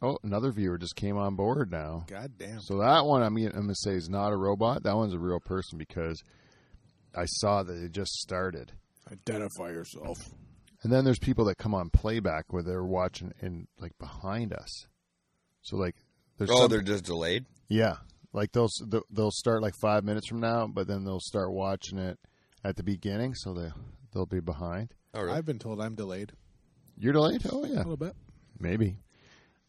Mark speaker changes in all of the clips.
Speaker 1: Oh, another viewer just came on board now.
Speaker 2: God damn.
Speaker 1: So that one, I mean, I'm gonna say is not a robot. That one's a real person because I saw that it just started.
Speaker 2: Identify yourself.
Speaker 1: And then there's people that come on playback where they're watching in like behind us. So like, there's
Speaker 3: Oh,
Speaker 1: some-
Speaker 3: they're just delayed.
Speaker 1: yeah, like they'll s- they'll- they'll start like five minutes from now, but then they'll start watching it at the beginning, so they they'll be behind.
Speaker 3: All right.
Speaker 2: I've been told I'm delayed
Speaker 1: You're delayed. Oh
Speaker 2: a
Speaker 1: yeah,
Speaker 2: little bit.
Speaker 1: maybe.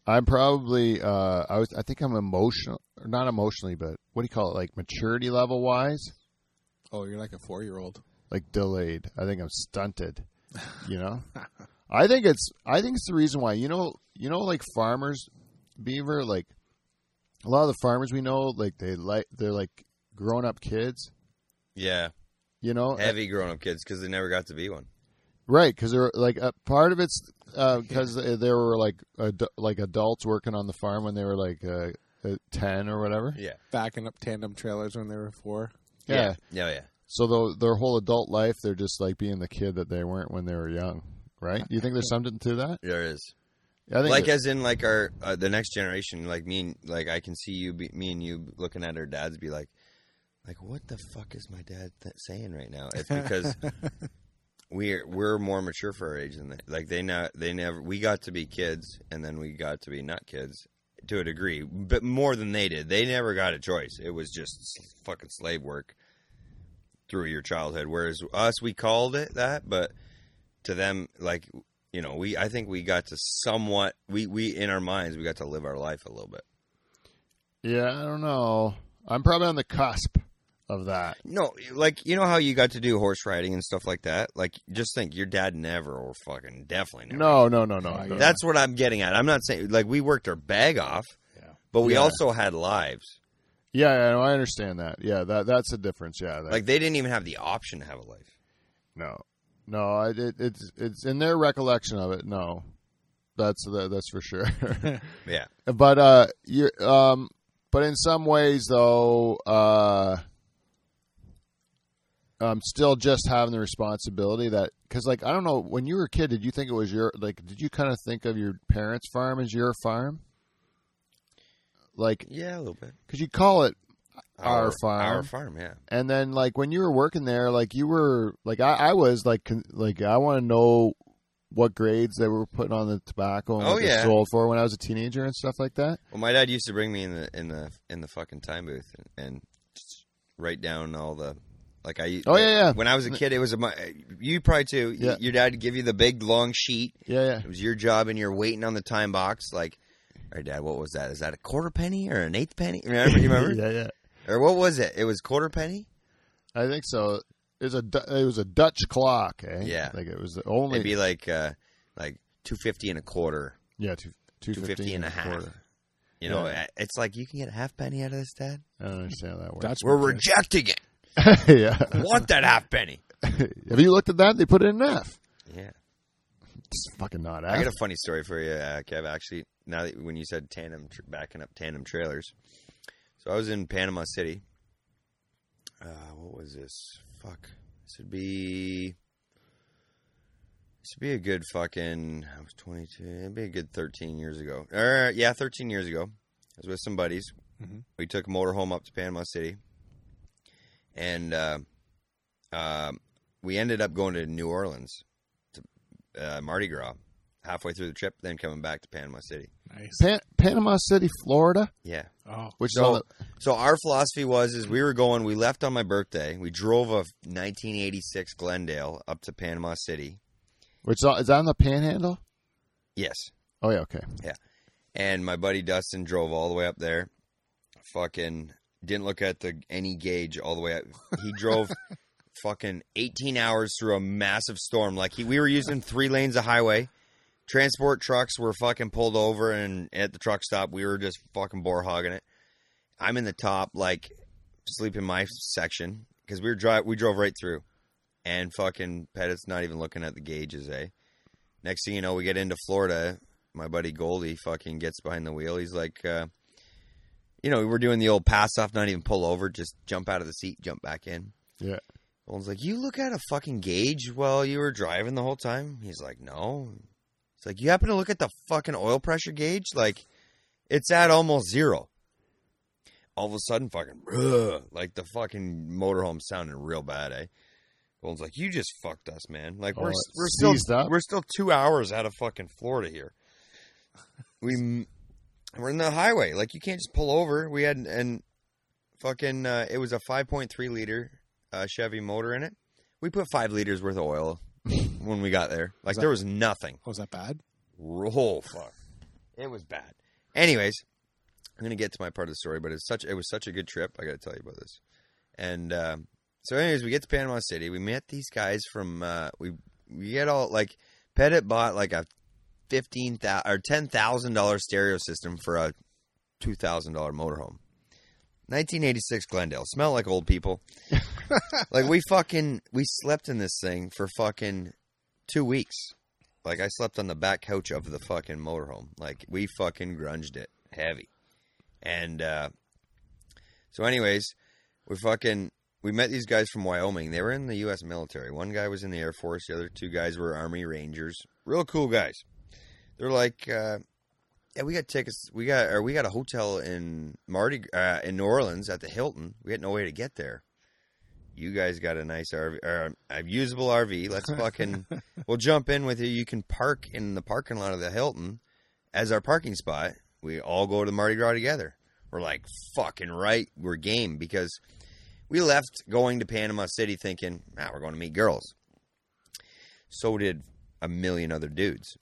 Speaker 1: I'm probably uh, I was I think I'm emotional, or not emotionally, but what do you call it? Like maturity level wise,
Speaker 2: Oh, you're like a four year old.
Speaker 1: like delayed. I think I'm stunted. You know, I think it's I think it's the reason why you know you know like farmers, Beaver like a lot of the farmers we know like they like they're like grown up kids.
Speaker 3: yeah,
Speaker 1: You know,
Speaker 3: heavy grown-up kids because they never got to be one.
Speaker 1: Right, because they're like a part of it's uh, because there were like ad- like adults working on the farm when they were like uh, uh, ten or whatever.
Speaker 3: Yeah.
Speaker 2: Backing up tandem trailers when they were four.
Speaker 1: Yeah.
Speaker 3: Yeah. Oh, Yeah.
Speaker 1: So tho- their whole adult life, they're just like being the kid that they weren't when they were young. Right? Do you think there's something to that?
Speaker 3: There is.
Speaker 1: I think
Speaker 3: Like as in like our uh, the next generation. Like me and like I can see you, be, me and you looking at our dads be like, like what the fuck is my dad th- saying right now? It's because we're we're more mature for our age than they. Like they not they never we got to be kids and then we got to be not kids to a degree, but more than they did. They never got a choice. It was just s- fucking slave work through your childhood. Whereas us, we called it that, but to them, like you know, we I think we got to somewhat we we in our minds we got to live our life a little bit.
Speaker 1: yeah, I don't know. I'm probably on the cusp of that.
Speaker 3: No, like you know how you got to do horse riding and stuff like that. Like just think, your dad never or fucking definitely never.
Speaker 1: No, no, no, no. no.
Speaker 3: That's what I'm getting at. I'm not saying like we worked our bag off,
Speaker 2: Yeah.
Speaker 3: but we
Speaker 1: Yeah.
Speaker 3: also had lives.
Speaker 1: yeah, yeah, no, I understand that. Yeah, that that's a difference. Yeah, that,
Speaker 3: Like they didn't even have the option to have a life.
Speaker 1: No, no, I- it, it's it's in their recollection of it. No, that's that, that's for sure.
Speaker 3: Yeah,
Speaker 1: but uh, you um, but in some ways though, uh, I'm still just having the responsibility that because like I don't know when you were a kid, did you think it was your like? Did you kind of think of your parents' farm as your farm? Like,
Speaker 3: yeah, a little bit.
Speaker 1: because you call it Our farm.
Speaker 3: our farm. Yeah,
Speaker 1: and then like when you were working there like you were like i, I was like con- like i want to know what grades they were putting on the tobacco and
Speaker 3: Oh,
Speaker 1: what they
Speaker 3: yeah.
Speaker 1: sold for when i was a teenager and stuff like that
Speaker 3: Well, my dad used to bring me in the in the in the fucking time booth and, and just write down all the like I.
Speaker 1: Oh, yeah, yeah.
Speaker 3: When I was a kid, it was a mu- you probably too.
Speaker 1: Yeah.
Speaker 3: Your dad would give you the big long sheet.
Speaker 1: yeah yeah
Speaker 3: It was your job, and you're waiting on the time box. Like, all right, dad, what was that? Is that a quarter penny or an eighth penny? Remember? You remember?
Speaker 1: yeah yeah
Speaker 3: Or what was it? It was quarter penny.
Speaker 1: i think so it was a Du- it was a dutch clock eh?
Speaker 3: Yeah.
Speaker 1: like it was the only
Speaker 3: It'd be like uh like two fifty and a quarter.
Speaker 1: yeah two,
Speaker 3: 250 and a half.
Speaker 1: quarter.
Speaker 3: You know,
Speaker 1: Yeah.
Speaker 3: it's like you can get a half penny out of this, dad.
Speaker 1: i don't understand how that works
Speaker 2: Dutch
Speaker 3: We're rejecting it.
Speaker 1: yeah
Speaker 3: Want that half penny?
Speaker 1: have you looked at that they put it in f
Speaker 3: Yeah.
Speaker 1: it's fucking not
Speaker 3: I
Speaker 1: f
Speaker 3: got a funny story for you, uh, Kev. Actually, now that when you said tandem, tr- backing up tandem trailers, so I was in Panama City. Uh, what was this? Fuck, this would be. This would be a good fucking. I was twenty two. It'd be a good thirteen years ago. Or yeah, thirteen years ago. I was with some buddies.
Speaker 2: Mhm.
Speaker 3: We took a motorhome up to Panama City, and uh, um we ended up going to New Orleans to uh, Mardi Gras halfway through the trip, then coming back to Panama City.
Speaker 2: Nice.
Speaker 1: Pan- panama city florida
Speaker 3: Yeah.
Speaker 2: Oh,
Speaker 1: which is on
Speaker 3: So,
Speaker 1: the,
Speaker 3: so our philosophy was is we were going. We left on my birthday. We drove a 1986 Glendale up to Panama City.
Speaker 1: which is on, is that on the panhandle
Speaker 3: Yes,
Speaker 1: oh yeah okay
Speaker 3: and my buddy Dustin drove all the way up there. Fucking didn't look at the any gauge all the way up. He drove fucking 18 hours through a massive storm. Like he, we were using three lanes of highway. Transport trucks were fucking pulled over, and at the truck stop, we were just fucking bore hogging it. I'm in the top, like sleep in my section because we were drive. We drove right through, and fucking Pettit's not even looking at the gauges, eh? Next thing you know, we get into Florida. My buddy Goldie fucking gets behind the wheel. He's like, uh, you know, we're doing the old pass off, not even pull over, just jump out of the seat, jump back in.
Speaker 1: Yeah.
Speaker 3: Goldie's like, you look at a fucking gauge while you were driving the whole time. He's like, no. It's like, you happen to look at the fucking oil pressure gauge? Like, It's at almost zero. All of a sudden, fucking, "Bruh," like the fucking motorhome sounded real bad, eh? Golden's like, you just fucked us, man. Like
Speaker 1: Oh,
Speaker 3: we're
Speaker 1: it
Speaker 3: we're still
Speaker 1: seized up?
Speaker 3: we're still two hours out of fucking Florida here. We m- we're in the highway. Like you can't just pull over. We had and fucking uh, it was a 5.3 liter uh, Chevy motor in it. We put five liters worth of oil when we got there. Like
Speaker 2: that-
Speaker 3: there was nothing.
Speaker 2: Oh, is that bad?
Speaker 3: Oh fuck, it was bad. Anyways, I'm gonna get to my part of the story, but it's such it was such a good trip. I got to tell you about this. And um so, anyways, we get to Panama City. We met these guys from uh, we we get all like Pettit bought like a fifteen thousand or ten thousand dollar stereo system for a two thousand dollar motorhome. 1986 Glendale smell like old people. like we fucking we slept in this thing for fucking two weeks. Like I slept on the back couch of the fucking motorhome. Like we fucking grunged it heavy. And uh, so, anyways, we fucking we met these guys from Wyoming. They were in the U.S. military. One guy was in the Air Force. The other two guys were Army Rangers. Real cool guys. They're like, uh, yeah, we got tickets. We got or we got a hotel in Mardi uh, in New Orleans at the Hilton. We had no way to get there. You guys got a nice RV, or a usable RV. Let's fucking, we'll jump in with you. You can park in the parking lot of the Hilton as our parking spot. We all go to Mardi Gras together. We're like, fucking right, we're game because we left going to Panama City thinking, ah, we're going to meet girls. So did a million other dudes.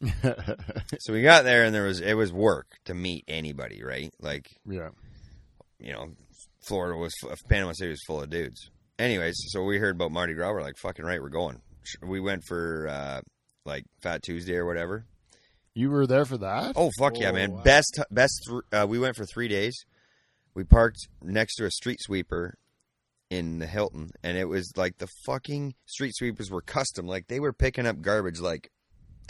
Speaker 3: so we got there and there was it was work to meet anybody, right? Like
Speaker 1: yeah.
Speaker 3: you know, Florida was Panama City was full of dudes. Anyways, so we heard about Mardi Gras. We're like, fucking right, we're going. We went for uh, like Fat Tuesday or whatever.
Speaker 1: You were there for that?
Speaker 3: Oh fuck yeah,
Speaker 2: Oh,
Speaker 3: man!
Speaker 2: wow.
Speaker 3: Best best. thr- Uh, we went for three days. We parked next to a street sweeper in the Hilton, and it was like the fucking street sweepers were custom. Like they were picking up garbage like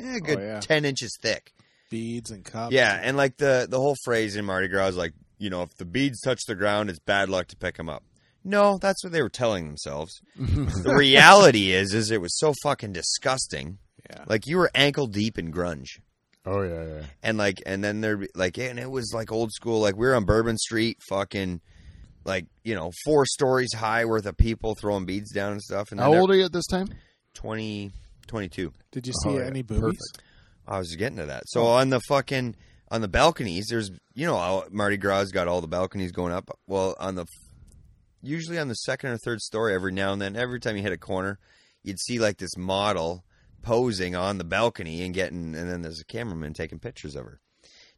Speaker 3: eh, a good
Speaker 2: Oh, yeah.
Speaker 3: ten inches thick.
Speaker 2: Beads and cups.
Speaker 3: Yeah, and like the the whole phrase in Mardi Gras is like, you know, if the beads touch the ground, it's bad luck to pick them up. No, that's what they were telling themselves. the reality is, is it was so fucking disgusting.
Speaker 2: Yeah.
Speaker 3: Like you were ankle deep in grunge
Speaker 1: Oh, yeah, yeah.
Speaker 3: and like and then there like and it was like old school like we were on bourbon street fucking like you know four stories high worth of people throwing beads down and stuff and then
Speaker 1: How
Speaker 3: there-
Speaker 1: old are you at this time?
Speaker 3: 20 22
Speaker 2: Did you see
Speaker 1: Oh, yeah.
Speaker 2: any boobies?
Speaker 1: Perfect.
Speaker 3: i was getting to that so on the fucking on the balconies there's you know how mardi gras got all the balconies going up well on the usually on the second or third story every now and then every time you hit a corner you'd see like this model posing on the balcony and getting and then there's a cameraman taking pictures of her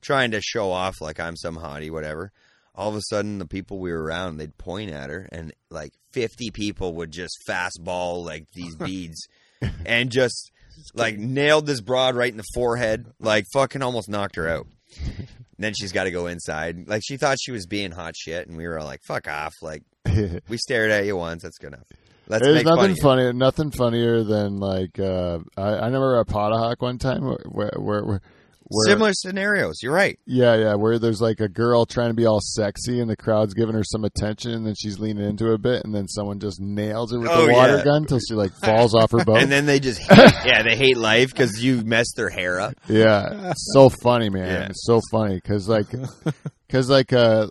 Speaker 3: trying to show off like i'm some hottie whatever all of a sudden the people we were around they'd point at her and like 50 people would just fastball like these beads and just like nailed this broad right in the forehead like fucking almost knocked her out And then she's got to go inside like she thought she was being hot shit and we were all like fuck off like
Speaker 1: There's
Speaker 3: we stared at you once. That's good enough. Let's make fun
Speaker 1: nothing
Speaker 3: of you.
Speaker 1: funnier, nothing funnier than like uh, I, I remember a Potahawk one time where where, where, where
Speaker 3: Similar scenarios. You're right.
Speaker 1: yeah yeah where there's like a girl trying to be all sexy and the crowd's giving her some attention and then she's leaning into it a bit and then someone just nails her with
Speaker 3: Oh,
Speaker 1: a water
Speaker 3: yeah.
Speaker 1: gun till she like falls off her boat.
Speaker 3: And then they just hate, yeah they hate life because you messed their hair up.
Speaker 1: yeah so funny man
Speaker 3: Yeah.
Speaker 1: it's so funny because like because like uh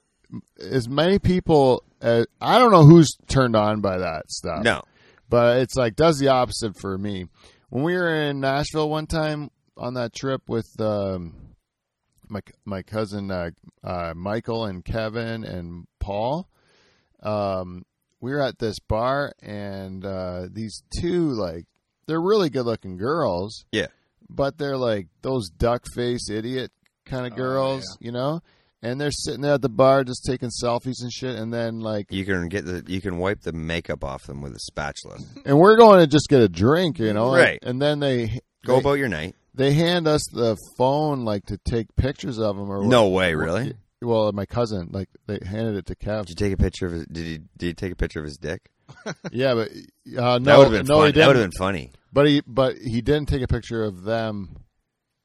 Speaker 1: as many people uh, i don't know who's turned on by that stuff
Speaker 3: No,
Speaker 1: but it's like does the opposite for me when we were in nashville one time on that trip with um my, my cousin uh, uh, michael and kevin and paul um we were at this bar and uh these two like they're really good looking girls
Speaker 3: Yeah.
Speaker 1: but they're like those duck face idiot kind of
Speaker 2: Oh,
Speaker 1: girls you know and they're sitting there at the bar just taking selfies and shit and then like
Speaker 3: you can get the you can wipe the makeup off them with a spatula.
Speaker 1: and we're going to just get a drink, you know,
Speaker 3: Right.
Speaker 1: And then they
Speaker 3: Go
Speaker 1: they,
Speaker 3: about your night.
Speaker 1: they hand us the phone like to take pictures of them or
Speaker 3: No way,
Speaker 1: what-
Speaker 3: really.
Speaker 1: Well, my cousin like they handed it to
Speaker 3: Did
Speaker 1: Kev.
Speaker 3: you take a picture of his, did you did you take a picture of his dick?
Speaker 1: yeah, but uh,
Speaker 3: That
Speaker 1: no,
Speaker 3: would have been
Speaker 1: no,
Speaker 3: fun.
Speaker 1: he
Speaker 3: That would have
Speaker 1: didn't.
Speaker 3: been funny.
Speaker 1: But he but he didn't take a picture of them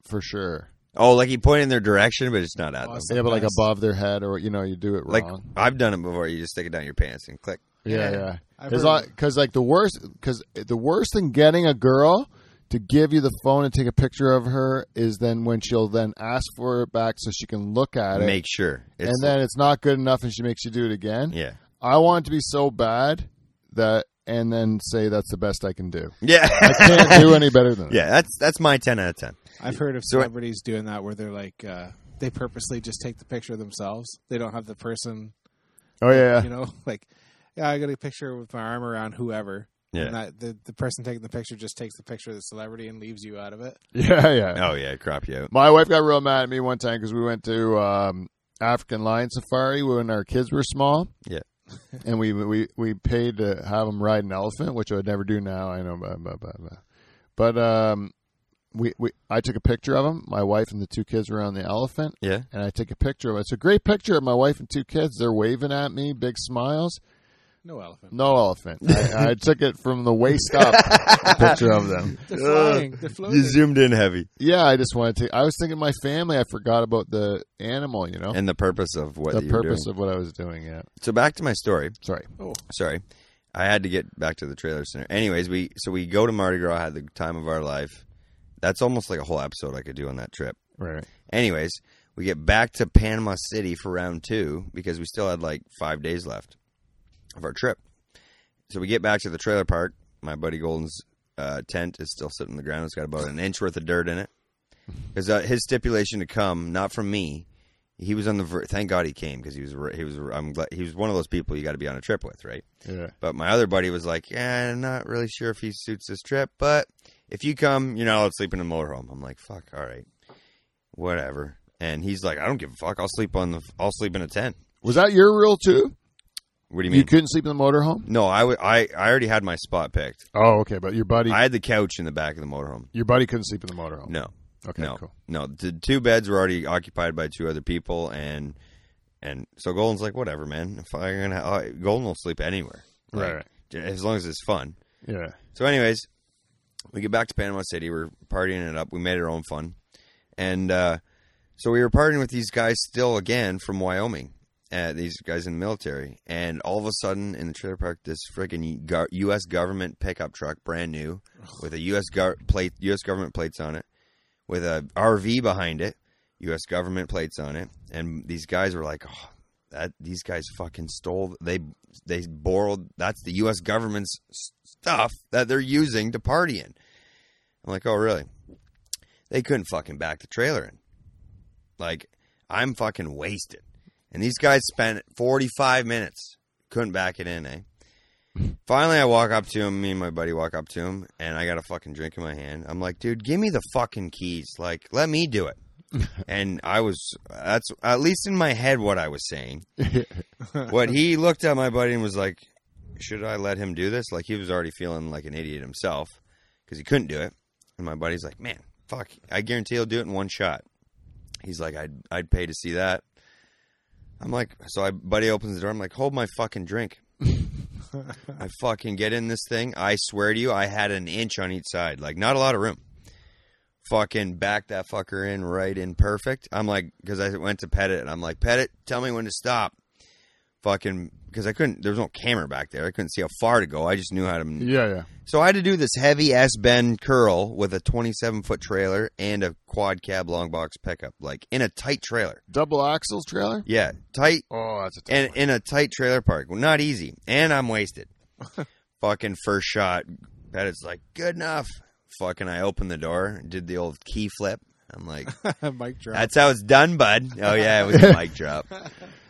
Speaker 1: for sure.
Speaker 3: Oh, like he pointed in their direction, but it's not at them.
Speaker 2: Awesome.
Speaker 1: Yeah, but like
Speaker 2: Nice.
Speaker 1: above their head or you know you do it
Speaker 3: Like
Speaker 1: wrong.
Speaker 3: I've done it before. You just stick it down your pants and click.
Speaker 1: yeah,
Speaker 2: Yeah.
Speaker 1: yeah.
Speaker 2: I've
Speaker 1: Because
Speaker 2: heard of
Speaker 1: like, the worst because the worst than getting a girl to give you the phone and take a picture of her is then when she'll then ask for it back so she can look at it.
Speaker 3: Make sure. It's,
Speaker 1: and then it's not good enough and she makes you do it again.
Speaker 3: yeah,
Speaker 1: I want it to be so bad that and then say that's the best I can do.
Speaker 3: yeah,
Speaker 1: Can't do any better than that.
Speaker 3: yeah. That's that's my ten out of ten.
Speaker 2: I've heard of
Speaker 3: So-
Speaker 2: celebrities doing that where they're like uh, they purposely just take the picture themselves. They don't have the person,
Speaker 1: Oh yeah.
Speaker 2: you know, like yeah, I got a picture with my arm around whoever.
Speaker 3: Yeah.
Speaker 2: And that, the the person taking the picture just takes the picture of the celebrity and leaves you out of it.
Speaker 1: Yeah, yeah.
Speaker 3: Oh yeah, crop you out.
Speaker 1: My wife got real mad at me one time because we went to um, African lion safari when our kids were small.
Speaker 3: Yeah.
Speaker 1: and we we we paid to have them ride an elephant, which I would never do now. I know, blah, blah, blah, blah. but um, we we I took a picture of them. My wife and the two kids were on the elephant,
Speaker 3: Yeah,
Speaker 1: and I took a picture of it. It's a great picture of my wife and two kids. They're waving at me, big smiles.
Speaker 2: No elephant.
Speaker 1: No elephant. I, I took it from the waist up. a picture of them.
Speaker 2: They're
Speaker 3: Ugh.
Speaker 2: flying. They're
Speaker 3: you
Speaker 2: floating.
Speaker 3: zoomed in heavy,
Speaker 1: Yeah, I just wanted to. I was thinking my family. I forgot about the animal. You know,
Speaker 3: and the purpose of what
Speaker 1: the
Speaker 3: you were
Speaker 1: purpose
Speaker 3: doing.
Speaker 1: of what I was doing. Yeah,
Speaker 3: so back to my story.
Speaker 1: sorry.
Speaker 3: sorry. I had to get back to the trailer center. Anyways, we so we go to Mardi Gras, had the time of our life. That's almost like a whole episode I could do on that trip.
Speaker 1: Right. right.
Speaker 3: Anyways, we get back to Panama City for round two because we still had like five days left of our trip. So we get back to the trailer park. My buddy Golden's uh, tent is still sitting on the ground. It's got about an inch worth of dirt in it. Because uh, his stipulation to come, not from me, he was on the. Ver- Thank God he came because he was. re- He was. I'm glad he was one of those people you got to be on a trip with, right?
Speaker 1: Yeah.
Speaker 3: But my other buddy was like, "Yeah, I'm not really sure if he suits this trip, but if you come, you're not allowed to sleep in the motorhome." I'm like, "Fuck, all right, whatever." And he's like, "I don't give a fuck. I'll sleep on the. I'll sleep in a tent."
Speaker 1: Was that your rule too?
Speaker 3: What do you
Speaker 1: You,
Speaker 3: mean?
Speaker 1: couldn't sleep in the motorhome.
Speaker 3: no, I, w- I I already had my spot picked.
Speaker 1: Oh, okay. But your buddy,
Speaker 3: I had the couch in the back of the motorhome.
Speaker 1: your buddy couldn't sleep in the motorhome.
Speaker 3: No,
Speaker 1: Oh, Okay.
Speaker 3: no,
Speaker 1: Cool.
Speaker 3: no. The two beds were already occupied by two other people, and and so Golden's like, "Whatever, man. If I'm gonna, I, Golden will sleep anywhere, Like,
Speaker 1: Right, right.
Speaker 3: j- As long as it's fun."
Speaker 1: Yeah.
Speaker 3: So, anyways, we get back to Panama City. We're partying it up. We made our own fun, and uh, so we were partying with these guys still again from Wyoming. Uh, these guys in the military, and all of a sudden in the trailer park, this freaking go- U.S. government pickup truck, brand new, with a U.S. Go- plate, U.S. government plates on it, with a RV behind it, U.S. government plates on it, and these guys were like, oh, "That these guys fucking stole. They they borrowed. That's the U.S. government's s- stuff that they're using to party in." I'm like, "Oh, really?" They couldn't fucking back the trailer in. Like, I'm fucking wasted, and these guys spent 45 minutes couldn't back it in, eh? Finally, I walk up to him. Me and my buddy walk up to him, and I got a fucking drink in my hand. I'm like, dude, give me the fucking keys. Like, let me do it. and I was, that's at least in my head what I was saying. What he looked at my buddy and was like, should I let him do this? Like, he was already feeling like an idiot himself because he couldn't do it. And my buddy's like, man, fuck, I guarantee he'll do it in one shot. He's like, I'd, I'd pay to see that. I'm like, so I buddy opens the door. I'm like, hold my fucking drink. I fucking get in this thing. I swear to you, I had an inch on each side, like not a lot of room. Fucking back that fucker in right in perfect. I'm like, because I went to pet it, and I'm like, pet it, tell me when to stop. Fucking, because I couldn't. There was no camera back there. I couldn't see how far to go. I just knew how to
Speaker 1: Yeah. Yeah.
Speaker 3: so I had to do this heavy S bend curl with a 27 foot trailer and a quad cab long box pickup, like in a tight trailer.
Speaker 1: Double axles trailer.
Speaker 3: Yeah, tight
Speaker 1: Oh, that's a tough
Speaker 3: and in a tight trailer park. Well, not easy. And I'm wasted. Fucking first shot. Pettit's like, good enough. Fucking, I opened the door, did the old key flip. I'm like,
Speaker 2: Mic drop.
Speaker 3: that's how it's done, bud. Oh yeah, it was a mic drop.
Speaker 1: one.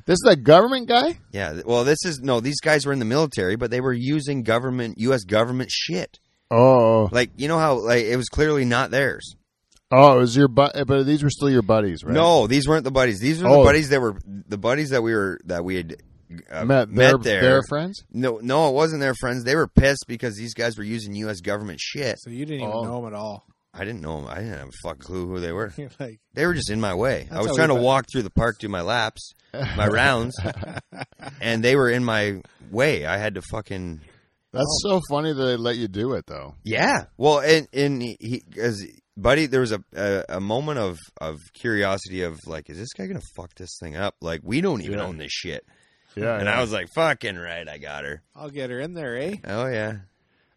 Speaker 1: This is a government guy.
Speaker 3: Yeah. th- Well, this is no. These guys were in the military, but they were using government, U.S. government shit.
Speaker 1: Oh.
Speaker 3: Like, you know how like it was clearly not theirs.
Speaker 1: Oh, it was your but. But these were still your buddies, right?
Speaker 3: No, these weren't the buddies. These were the
Speaker 1: Oh.
Speaker 3: buddies that were the buddies that we were that we had uh,
Speaker 1: Met,
Speaker 3: met,
Speaker 1: their,
Speaker 3: there.
Speaker 1: their friends.
Speaker 3: no, no, it wasn't their friends. They were pissed because these guys were using U.S. government shit.
Speaker 2: so you didn't even
Speaker 1: Oh.
Speaker 2: know him at all.
Speaker 3: I didn't know them. I didn't have a fucking clue who they were.
Speaker 2: You're like,
Speaker 3: They were just in my way. I
Speaker 2: That's
Speaker 3: was
Speaker 2: how
Speaker 3: trying to
Speaker 2: we-
Speaker 3: walk through the park, do my laps, my rounds, and they were in my way. I had to fucking
Speaker 1: That's
Speaker 3: Oh.
Speaker 1: so funny that they let you do it though.
Speaker 3: Yeah. Well, and and he because buddy, there was a, a a moment of of curiosity of like, is this guy gonna fuck this thing up? Like, we don't even
Speaker 1: Yeah.
Speaker 3: own this shit.
Speaker 1: Yeah.
Speaker 3: And I was like, fucking right, I got her.
Speaker 2: I'll get her in there, eh?
Speaker 3: Oh yeah.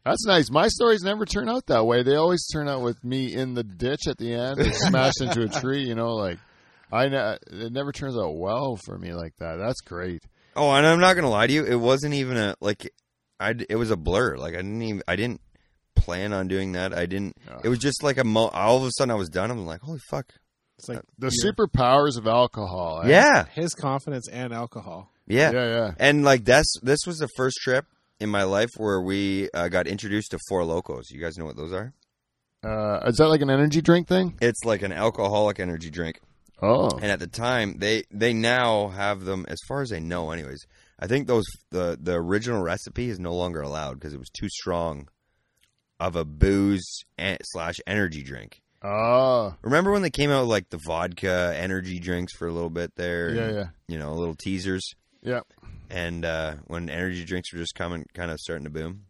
Speaker 1: That's nice. My stories never turn out that way. They always turn out with me in the ditch at the end, smashed into a tree. You know, like I ne- it never turns out well for me like that. That's great.
Speaker 3: Oh, and I'm not gonna lie to you, it wasn't even a like, I it was a blur. Like I didn't even I didn't plan on doing that. I didn't.
Speaker 1: Yeah.
Speaker 3: It was just like a mo- all of a sudden I was done. I'm like, holy fuck.
Speaker 2: It's like
Speaker 1: The
Speaker 2: Yeah.
Speaker 1: superpowers of alcohol. eh?
Speaker 3: Yeah,
Speaker 2: his confidence and alcohol.
Speaker 3: yeah,
Speaker 1: yeah, yeah.
Speaker 3: And like that's this was the first trip in my life where we uh, got introduced to Four Locos. You guys know what those are?
Speaker 1: Uh, is that like an energy drink thing?
Speaker 3: It's like an alcoholic energy drink.
Speaker 1: Oh,
Speaker 3: And at the time, they they now have them as far as I know. Anyways, I think those the the original recipe is no longer allowed because it was too strong of a booze and, slash energy drink.
Speaker 1: oh,
Speaker 3: Remember when they came out with like the vodka energy drinks for a little bit there?
Speaker 1: yeah,
Speaker 3: and,
Speaker 1: yeah,
Speaker 3: You know, little teasers.
Speaker 1: yeah,
Speaker 3: And uh, when energy drinks were just coming, kind of starting to boom.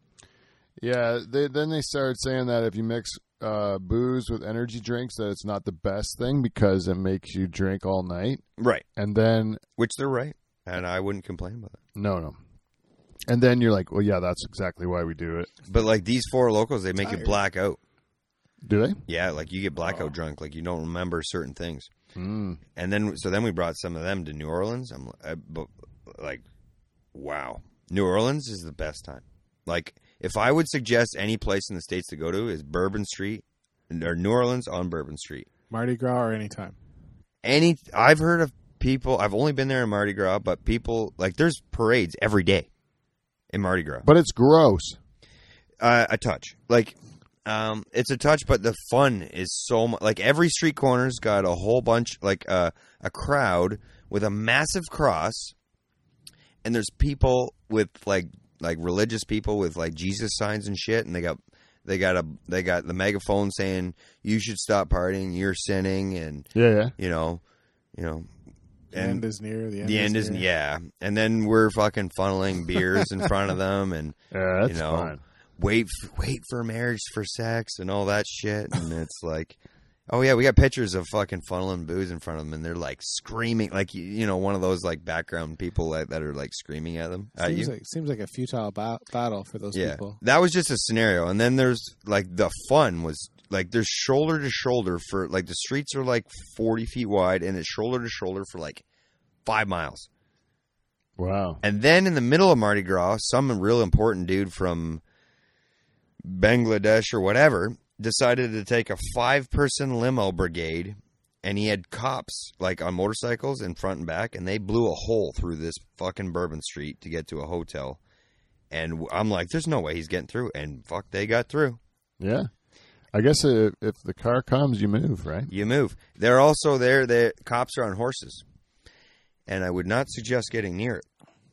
Speaker 1: yeah. They then they started saying that if you mix uh, booze with energy drinks, that it's not the best thing because it makes you drink all night.
Speaker 3: Right.
Speaker 1: And then
Speaker 3: Which they're right, and I wouldn't complain about it.
Speaker 1: no, no. And then you're like, well, yeah, that's exactly why we do it.
Speaker 3: But like these four locals, they make you
Speaker 2: Tired.
Speaker 3: black out.
Speaker 1: Do they?
Speaker 3: Yeah, like you get blackout
Speaker 1: Oh.
Speaker 3: drunk, like you don't remember certain things.
Speaker 1: Mm.
Speaker 3: And then so then we brought some of them to New Orleans. I'm I, but, like, wow, New Orleans is the best time. Like if I would suggest any place in the states to go to is Bourbon Street or New Orleans on Bourbon Street.
Speaker 2: Mardi Gras or anytime.
Speaker 3: Any I've heard of people. I've only been there in Mardi Gras, but people like there's parades every day in Mardi Gras.
Speaker 1: But it's gross.
Speaker 3: uh, a touch. Like, um, it's a touch, but the fun is so much. Like every street corner's got a whole bunch, like uh, a crowd with a massive cross, and there's people with like like religious people with like Jesus signs and shit, and they got they got a they got the megaphone saying you should stop partying, you're sinning, and
Speaker 1: Yeah, yeah.
Speaker 3: you know, you know,
Speaker 2: The end is near. The end,
Speaker 3: the end
Speaker 2: is
Speaker 3: is
Speaker 2: near.
Speaker 3: yeah, and then we're fucking funneling beers in front of them and
Speaker 1: Yeah, that's
Speaker 3: You know,
Speaker 1: fine.
Speaker 3: wait f- wait for marriage for sex and all that shit and it's like oh yeah we got pictures of fucking funneling booze in front of them and they're like screaming like you, you know one of those like background people that, that are like screaming at them at
Speaker 2: Seems
Speaker 3: Uh, you
Speaker 2: like, seems like a futile ba- battle for those
Speaker 3: yeah
Speaker 2: people.
Speaker 3: that was just a scenario and then there's like the fun was like there's shoulder to shoulder for like the streets are like 40 feet wide and it's shoulder to shoulder for like five miles
Speaker 1: Wow.
Speaker 3: and then in the middle of Mardi Gras, some real important dude from Bangladesh or whatever decided to take a five person limo brigade and he had cops like on motorcycles in front and back and they blew a hole through this fucking Bourbon Street to get to a hotel. And w- I'm like, there's no way he's getting through. And fuck, they got through.
Speaker 1: Yeah. I guess if, if the car comes, you move, right?
Speaker 3: You move. They're also there. The cops are on horses, and I would not suggest getting near it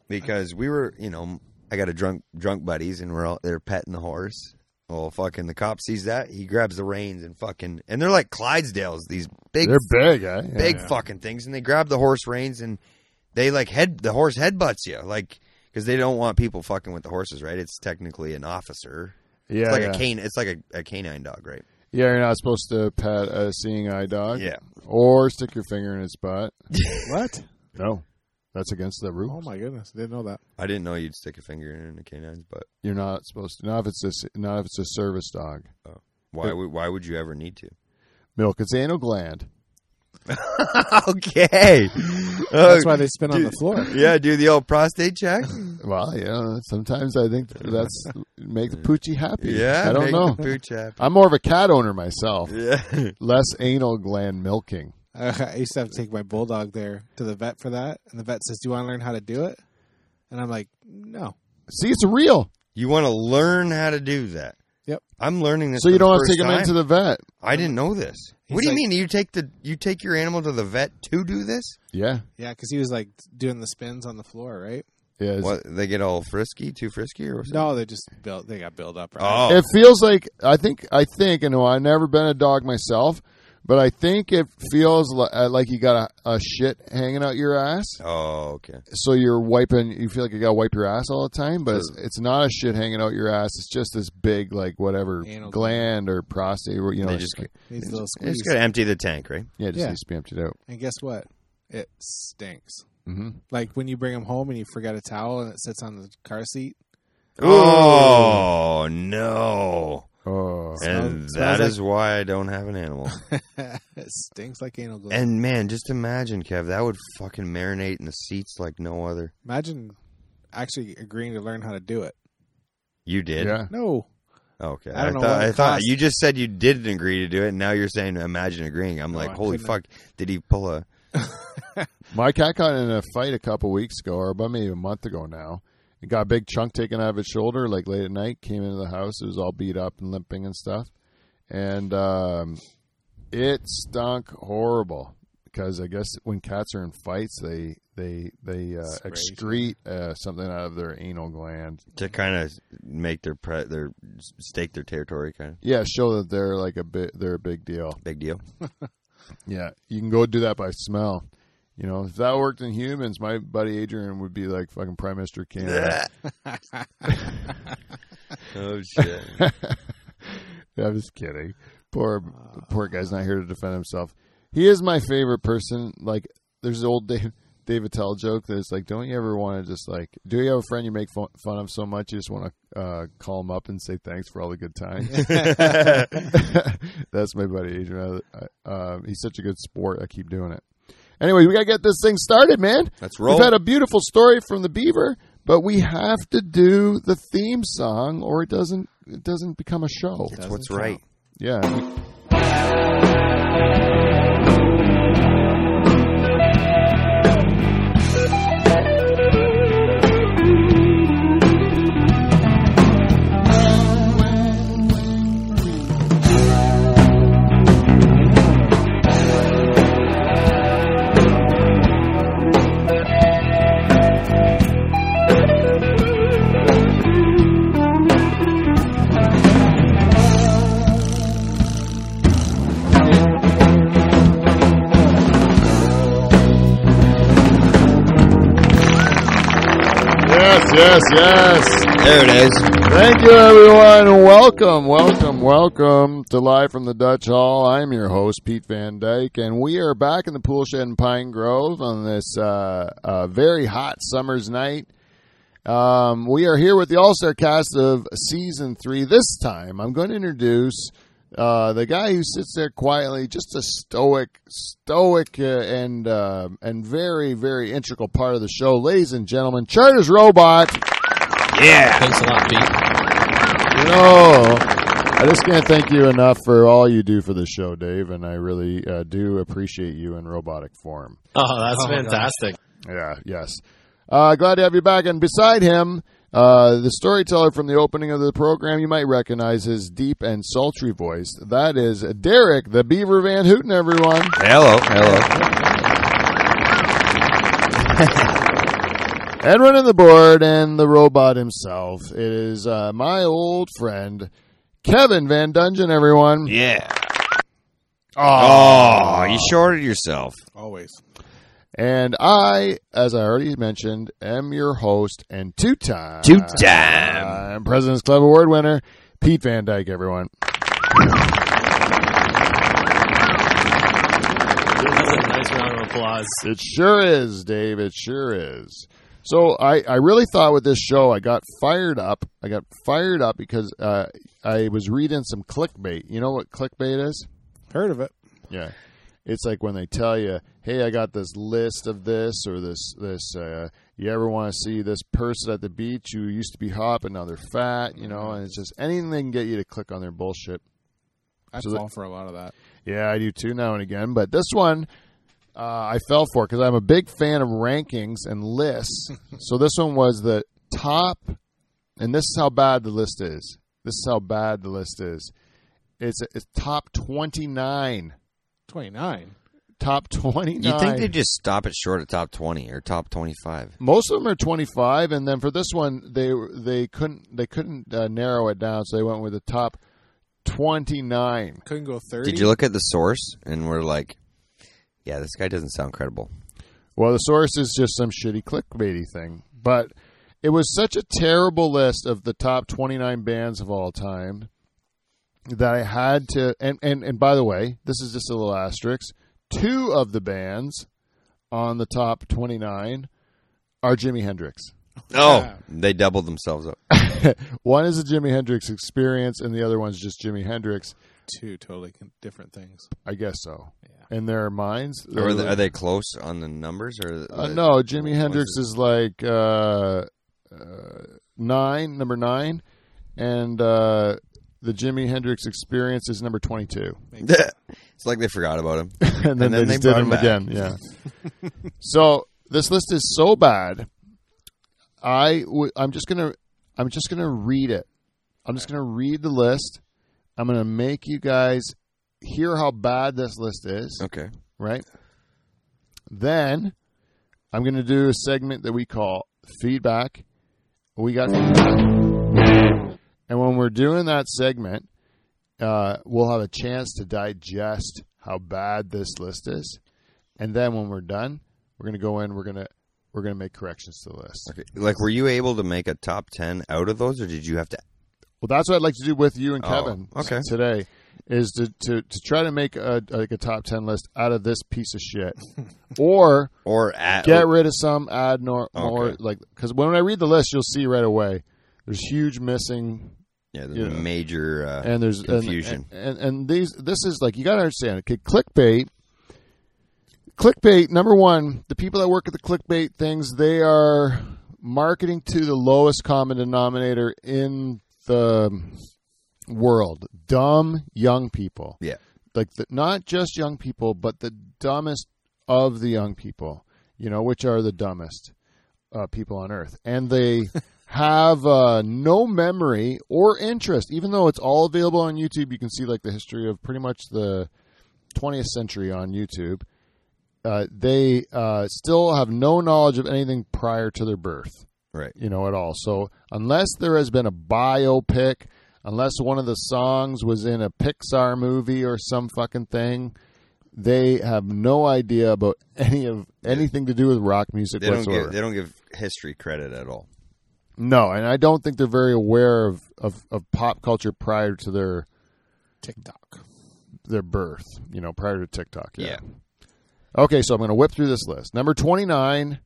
Speaker 3: because we were, you know, I got a drunk drunk buddies, and we're all they're petting the horse. Well, fucking the cop sees that he grabs the reins and fucking and they're like Clydesdales, these big
Speaker 1: They're big, eh? Yeah.
Speaker 3: big fucking things, and they grab the horse reins and they like head the horse headbutts you like because they don't want people fucking with the horses, right? It's technically an officer.
Speaker 1: Yeah,
Speaker 3: It's like
Speaker 1: yeah.
Speaker 3: a cane. It's like a, a canine dog, right?
Speaker 1: yeah, you're not supposed to pet a seeing eye dog.
Speaker 3: Yeah.
Speaker 1: Or stick your finger in its butt.
Speaker 2: What?
Speaker 1: No. That's against the
Speaker 2: Oh
Speaker 1: rule.
Speaker 2: my goodness! I didn't know that.
Speaker 3: I didn't know you'd stick a finger in a canine's butt.
Speaker 1: You're not supposed to. Not if it's a, s- not if it's a service dog.
Speaker 3: Why would why would you ever need to?
Speaker 1: Milk its anal gland.
Speaker 3: okay.
Speaker 2: That's why they spin on the
Speaker 3: Uh, dude.
Speaker 2: floor.
Speaker 3: yeah, do the old prostate check.
Speaker 1: Well, yeah. Sometimes I think that's make the poochie happy.
Speaker 3: Yeah,
Speaker 1: I don't
Speaker 3: make
Speaker 1: know.
Speaker 3: the poo chap.
Speaker 1: I'm more of a cat owner myself.
Speaker 3: Yeah,
Speaker 1: Less anal gland milking.
Speaker 2: I used to have to take my bulldog there to the vet for that, and the vet says, "Do you want to learn how to do it?" And I'm like, "No."
Speaker 1: See, it's real.
Speaker 3: you want to learn how to do that.
Speaker 2: Yep.
Speaker 3: I'm learning this.
Speaker 1: So you
Speaker 3: for the
Speaker 1: don't have to
Speaker 3: first
Speaker 1: take them
Speaker 3: time.
Speaker 1: into the vet.
Speaker 3: I didn't know this.
Speaker 2: He's
Speaker 3: what do you
Speaker 2: like-
Speaker 3: mean? You take the you take your animal to the vet to do this?
Speaker 1: Yeah.
Speaker 2: Yeah, because he was like doing the spins on the floor, right?
Speaker 1: Yeah. it's-
Speaker 3: What they get all frisky, too frisky, or something?
Speaker 2: No, they just built. They got built up. Right?
Speaker 3: Oh,
Speaker 1: It feels like I think I think and I've never been a dog myself, but I think it feels li- uh, like you got a, a shit hanging out your ass.
Speaker 3: Oh, okay.
Speaker 1: So you're wiping. You feel like you got to wipe your ass all the time, but it's, it's not a shit hanging out your ass. It's just this big like whatever
Speaker 2: Anal
Speaker 1: gland or prostate. Or, you know,
Speaker 3: They
Speaker 1: just
Speaker 3: just
Speaker 2: needs a little
Speaker 3: you
Speaker 2: squeeze.
Speaker 3: just gotta empty the tank, right?
Speaker 1: yeah, just
Speaker 2: yeah.
Speaker 1: needs to be emptied out.
Speaker 2: And guess what? It stinks.
Speaker 1: hmm
Speaker 2: Like when you bring him home and you forget a towel and it sits on the car seat,
Speaker 3: Oh no!
Speaker 1: Oh,
Speaker 3: and
Speaker 2: Smells-
Speaker 3: that
Speaker 2: smells like-
Speaker 3: is why I don't have an animal.
Speaker 2: it stinks like anal glue.
Speaker 3: and man, just imagine, Kev, that would fucking marinate in the seats like no other.
Speaker 2: Imagine actually agreeing to learn how to do it.
Speaker 3: You did,
Speaker 1: yeah.
Speaker 2: No,
Speaker 3: Okay,
Speaker 2: I
Speaker 3: I,
Speaker 2: don't know
Speaker 3: thought
Speaker 2: what
Speaker 3: I
Speaker 2: it
Speaker 3: thought
Speaker 2: cost.
Speaker 3: you just said you didn't agree to do it, and now you're saying imagine agreeing. I'm
Speaker 2: No,
Speaker 3: like,
Speaker 2: I
Speaker 3: holy
Speaker 2: couldn't
Speaker 3: fuck! Did he pull a?
Speaker 1: My cat got in a fight a couple weeks ago, or about maybe a month ago now. It got a big chunk taken out of its shoulder, like late at night. Came into the house, it was all beat up and limping and stuff, and um, it stunk horrible. Because I guess when cats are in fights, they they they uh,
Speaker 2: Excrete.
Speaker 1: excrete uh, something out of their anal gland.
Speaker 3: to kind of make their pre- their stake their territory kind of
Speaker 1: Yeah, show that they're like a bit they're a big deal.
Speaker 3: big deal.
Speaker 1: Yeah, you can go do that by smell. You know, if that worked in humans, my buddy Adrian would be like fucking Prime Minister Canada.
Speaker 3: oh shit!
Speaker 1: I'm just kidding. Poor poor guy's not here to defend himself. He is my favorite person. Like, there's an old Dave, Dave Attell joke that's like, don't you ever want to just like, do you have a friend you make fun, fun of so much you just want to uh, call him up and say thanks for all the good times?
Speaker 4: Oh,
Speaker 1: That's my buddy Adrian. I, um, he's such a good sport. I keep doing it. Anyway, we gotta get this thing started, man.
Speaker 3: Let's roll.
Speaker 1: We've had a beautiful story from the Beaver, but we have to do the theme song, or it doesn't it doesn't become a show.
Speaker 3: That's what's right.
Speaker 1: Yeah. Yes, yes, yes.
Speaker 3: There it is.
Speaker 1: Thank you, everyone. Welcome, welcome, welcome to Live from the Dutch Hall. I'm your host, Pete Van Dyke, and we are back in the pool shed in Pine Grove on this uh, uh, very hot summer's night. Um, we are here with the All Star cast of season three. This time, I'm going to introduce uh, the guy who sits there quietly, just a stoic, stoic, uh, and uh, and very, very integral part of the show, ladies and gentlemen. Charters Robot.
Speaker 4: Thanks a lot, Pete.
Speaker 1: You know, I just can't thank you enough for all you do for the show, Dave, and I really uh, do appreciate you in robotic form.
Speaker 4: Oh, that's
Speaker 2: Oh, my
Speaker 4: fantastic.
Speaker 1: Yeah, yes. Uh, glad to have you back. And beside him, uh, the storyteller from the opening of the program, you might recognize his deep and sultry voice. That is Derek, the Beaver Van Houten, everyone.
Speaker 3: Hello, hello.
Speaker 1: Edwin and the board and the robot himself. It is uh, my old friend, Kevin Van Dungeon, everyone.
Speaker 3: Yeah. Oh, you shorted yourself.
Speaker 2: always.
Speaker 1: And I, as I already mentioned, am your host and two time uh,
Speaker 3: Two-time.
Speaker 1: President's Club Award winner, Pete Van Dyke, everyone.
Speaker 4: That's a nice round of applause.
Speaker 1: It sure is, Dave. It sure is. So I, I really thought with this show, I got fired up. I got fired up because uh, I was reading some clickbait. You know what clickbait is?
Speaker 2: Heard of it?
Speaker 1: Yeah. It's like when they tell you, "Hey, I got this list of this or this this. Uh, you ever want to see this person at the beach who used to be hot but now they're fat? You know, and it's just anything they can get you to click on their bullshit."
Speaker 2: I
Speaker 1: So the-
Speaker 2: fall for a lot of that.
Speaker 1: Yeah, I do too now and again, but this one uh, I fell for because I'm a big fan of rankings and lists. so this one was the top, and this is how bad the list is. This is how bad the list is. It's, it's top twenty nine.
Speaker 2: Twenty nine.
Speaker 1: Top twenty nine.
Speaker 3: You think they just stop it short at top twenty or top twenty-five?
Speaker 1: Most of them are 25, and then for this one, they they couldn't they couldn't uh, narrow it down, so they went with the top 29.
Speaker 2: Couldn't go thirty.
Speaker 3: Did you look at the source and we're like, yeah, this guy doesn't sound credible.
Speaker 1: Well, the source is just some shitty clickbaity thing, but it was such a terrible list of the top 29 bands of all time that I had to. And and and by the way, this is just a little asterisk. Two of the bands on the top 29 are Jimi Hendrix.
Speaker 3: Oh, they doubled themselves up.
Speaker 1: one is a Jimi Hendrix experience, and the other one's just Jimi Hendrix.
Speaker 2: Two totally con- different things.
Speaker 1: I guess so.
Speaker 2: Yeah.
Speaker 1: In their minds,
Speaker 3: Or are they, are they close on the numbers? Or
Speaker 1: Uh,
Speaker 3: the-
Speaker 1: no, Jimi
Speaker 3: ones
Speaker 1: Hendrix
Speaker 3: that-
Speaker 1: is like uh, uh, nine, number nine, and uh, the Jimi Hendrix Experience is number twenty-two.
Speaker 2: Makes sense.
Speaker 3: it's like they forgot about him.
Speaker 1: and then
Speaker 3: And then
Speaker 1: they,
Speaker 3: they
Speaker 1: just did
Speaker 3: brought
Speaker 1: them
Speaker 3: him back.
Speaker 1: again. Yeah. so this list is so bad. I w- I'm just gonna I'm just gonna read it. I'm just gonna read the list. I'm gonna make you guys hear how bad this list is.
Speaker 3: Okay.
Speaker 1: Right. Then I'm gonna do a segment that we call feedback. We got feedback, and when we're doing that segment, uh, we'll have a chance to digest how bad this list is, and then when we're done, we're gonna go in. We're gonna we're gonna make corrections to the list.
Speaker 3: Okay. Like, were you able to make a top ten out of those, or did you have to?
Speaker 1: Well, that's what I'd like to do with you and
Speaker 3: Oh,
Speaker 1: Kevin
Speaker 3: okay.
Speaker 1: today is to, to, to try to make a like a top ten list out of this piece of shit, or
Speaker 3: Or at
Speaker 1: get rid of some, add nor, more
Speaker 3: Okay.
Speaker 1: like because when I read the list, you'll see right away. There's huge missing
Speaker 3: yeah, the
Speaker 1: yeah.
Speaker 3: major. Uh,
Speaker 1: and there's and-
Speaker 3: Confusion.
Speaker 1: And, and and these this is like you got to understand. Okay, clickbait. Clickbait number one. The people that work at the clickbait things, they are marketing to the lowest common denominator in the world. Dumb young people.
Speaker 3: Yeah.
Speaker 1: Like the, not just young people, but the dumbest of the young people. You know, which are the dumbest uh, people on Earth, and they have uh, no memory or interest. Even though it's all available on YouTube, you can see like the history of pretty much the 20th century on YouTube. Uh, they uh, still have no knowledge of anything prior to their birth
Speaker 3: right.
Speaker 1: you know, at all. So unless there has been a biopic, unless one of the songs was in a Pixar movie or some fucking thing, they have no idea about any of anything to do with rock music
Speaker 3: They don't
Speaker 1: whatsoever.
Speaker 3: give. They don't give history credit at all.
Speaker 1: no, and I don't think they're very aware of, of, of pop culture prior to their
Speaker 2: TikTok.
Speaker 1: their birth, you know, prior to TikTok.
Speaker 3: Yeah.
Speaker 1: Okay, so I'm going to whip through this list. Number 29,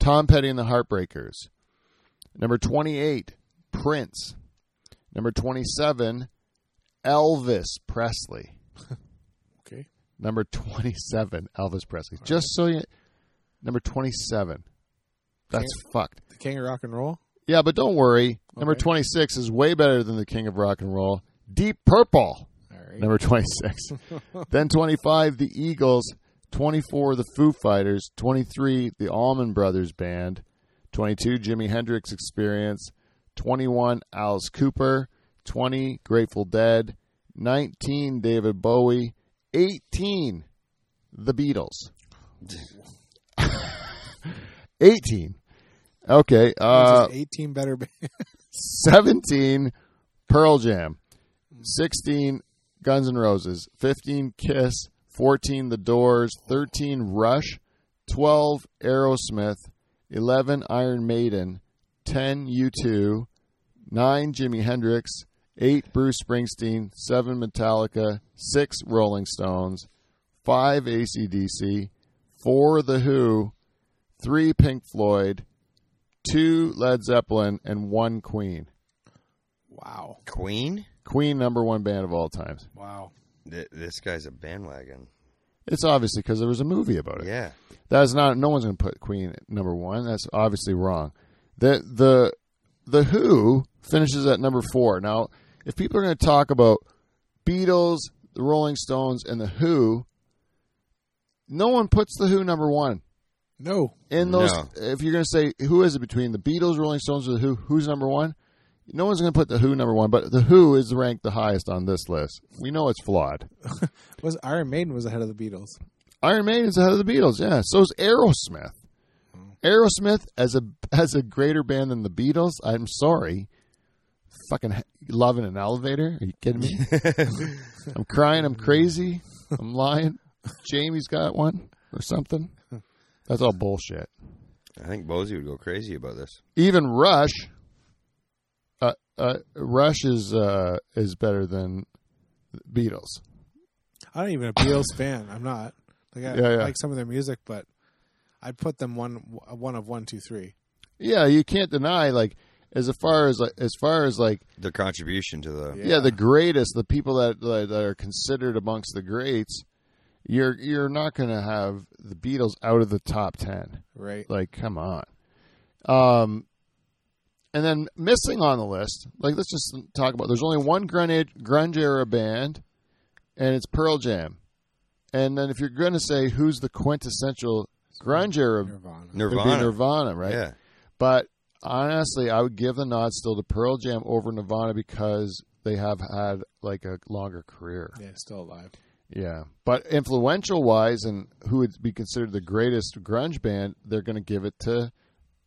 Speaker 1: Tom Petty and the Heartbreakers. Number 28, Prince. Number 27, Elvis Presley.
Speaker 2: Okay.
Speaker 1: Number 27, Elvis Presley. Just so you number 27. That's fucked.
Speaker 2: The king of rock and roll.
Speaker 1: Yeah, but don't worry. Number
Speaker 2: Okay.
Speaker 1: 26 is way better than the King of Rock and Roll. Deep Purple.
Speaker 2: All right.
Speaker 1: Number 26. then 25, the Eagles. 24, the Foo Fighters. 23, the Allman Brothers Band. 22, Jimi Hendrix Experience. 21, Alice Cooper. 20, Grateful Dead. 19, David Bowie. 18, the Beatles. 18. Okay. Uh,
Speaker 2: Which is 18 better. ba-
Speaker 1: 17 Pearl Jam, 16 Guns N' Roses, 15 Kiss, 14 The Doors, 13 Rush, 12 Aerosmith, 11 Iron Maiden, 10 U2, 9 Jimi Hendrix, 8 Bruce Springsteen, 7 Metallica, 6 Rolling Stones, 5 ACDC, 4 The Who, 3 Pink Floyd, two Led Zeppelin, and one Queen.
Speaker 2: wow.
Speaker 3: Queen.
Speaker 1: Queen number one band of all times.
Speaker 2: Wow.
Speaker 3: Th- this guy's a bandwagon.
Speaker 1: It's obviously because there was a movie about it.
Speaker 3: Yeah.
Speaker 1: That's not. No one's going to put Queen at number one. That's obviously wrong. The the the Who finishes at number four. Now, if people are going to talk about Beatles, the Rolling Stones, and the Who, no one puts the Who number one.
Speaker 2: No.
Speaker 1: in those
Speaker 3: No.
Speaker 1: if you're going to say who is it between the Beatles, Rolling Stones, or the Who, who's number one? No one's going to put the Who number one, but the Who is ranked the highest on this list. We know it's flawed.
Speaker 2: Was Iron Maiden was ahead of the Beatles.
Speaker 1: Iron Maiden is ahead of the Beatles. Yeah, so is Aerosmith. Aerosmith as a as a greater band than the Beatles. I'm sorry. Fucking he- love in an elevator? Are you kidding me? I'm crying. I'm crazy. I'm lying. Jamie's got one or something. That's all bullshit.
Speaker 3: I think Bozy would go crazy about this.
Speaker 1: even Rush, uh, uh, Rush is uh, is better than Beatles.
Speaker 2: I'm not even a Beatles fan. I'm not. Like I,
Speaker 1: Yeah, yeah.
Speaker 2: I like some of their music, but I'd put them one one of one, two, three.
Speaker 1: Yeah, you can't deny like as far as like, as far as like
Speaker 3: The contribution to the
Speaker 1: yeah. the greatest, the people that, that that are considered amongst the greats, you're you're not going to have the Beatles out of the top ten.
Speaker 2: right.
Speaker 1: Like, come on. Um, and then missing on the list, like let's just talk about. There's only one grunge grunge era band, and it's Pearl Jam. And then if you're going to say who's the quintessential grunge era, it'd
Speaker 2: Nirvana.
Speaker 1: be
Speaker 3: Nirvana.
Speaker 1: Nirvana, right?
Speaker 3: Yeah.
Speaker 1: But honestly, I would give the nod still to Pearl Jam over Nirvana because they have had like a longer career.
Speaker 2: Yeah, still alive.
Speaker 1: Yeah. But influential wise and who would be considered the greatest grunge band, they're going to give it to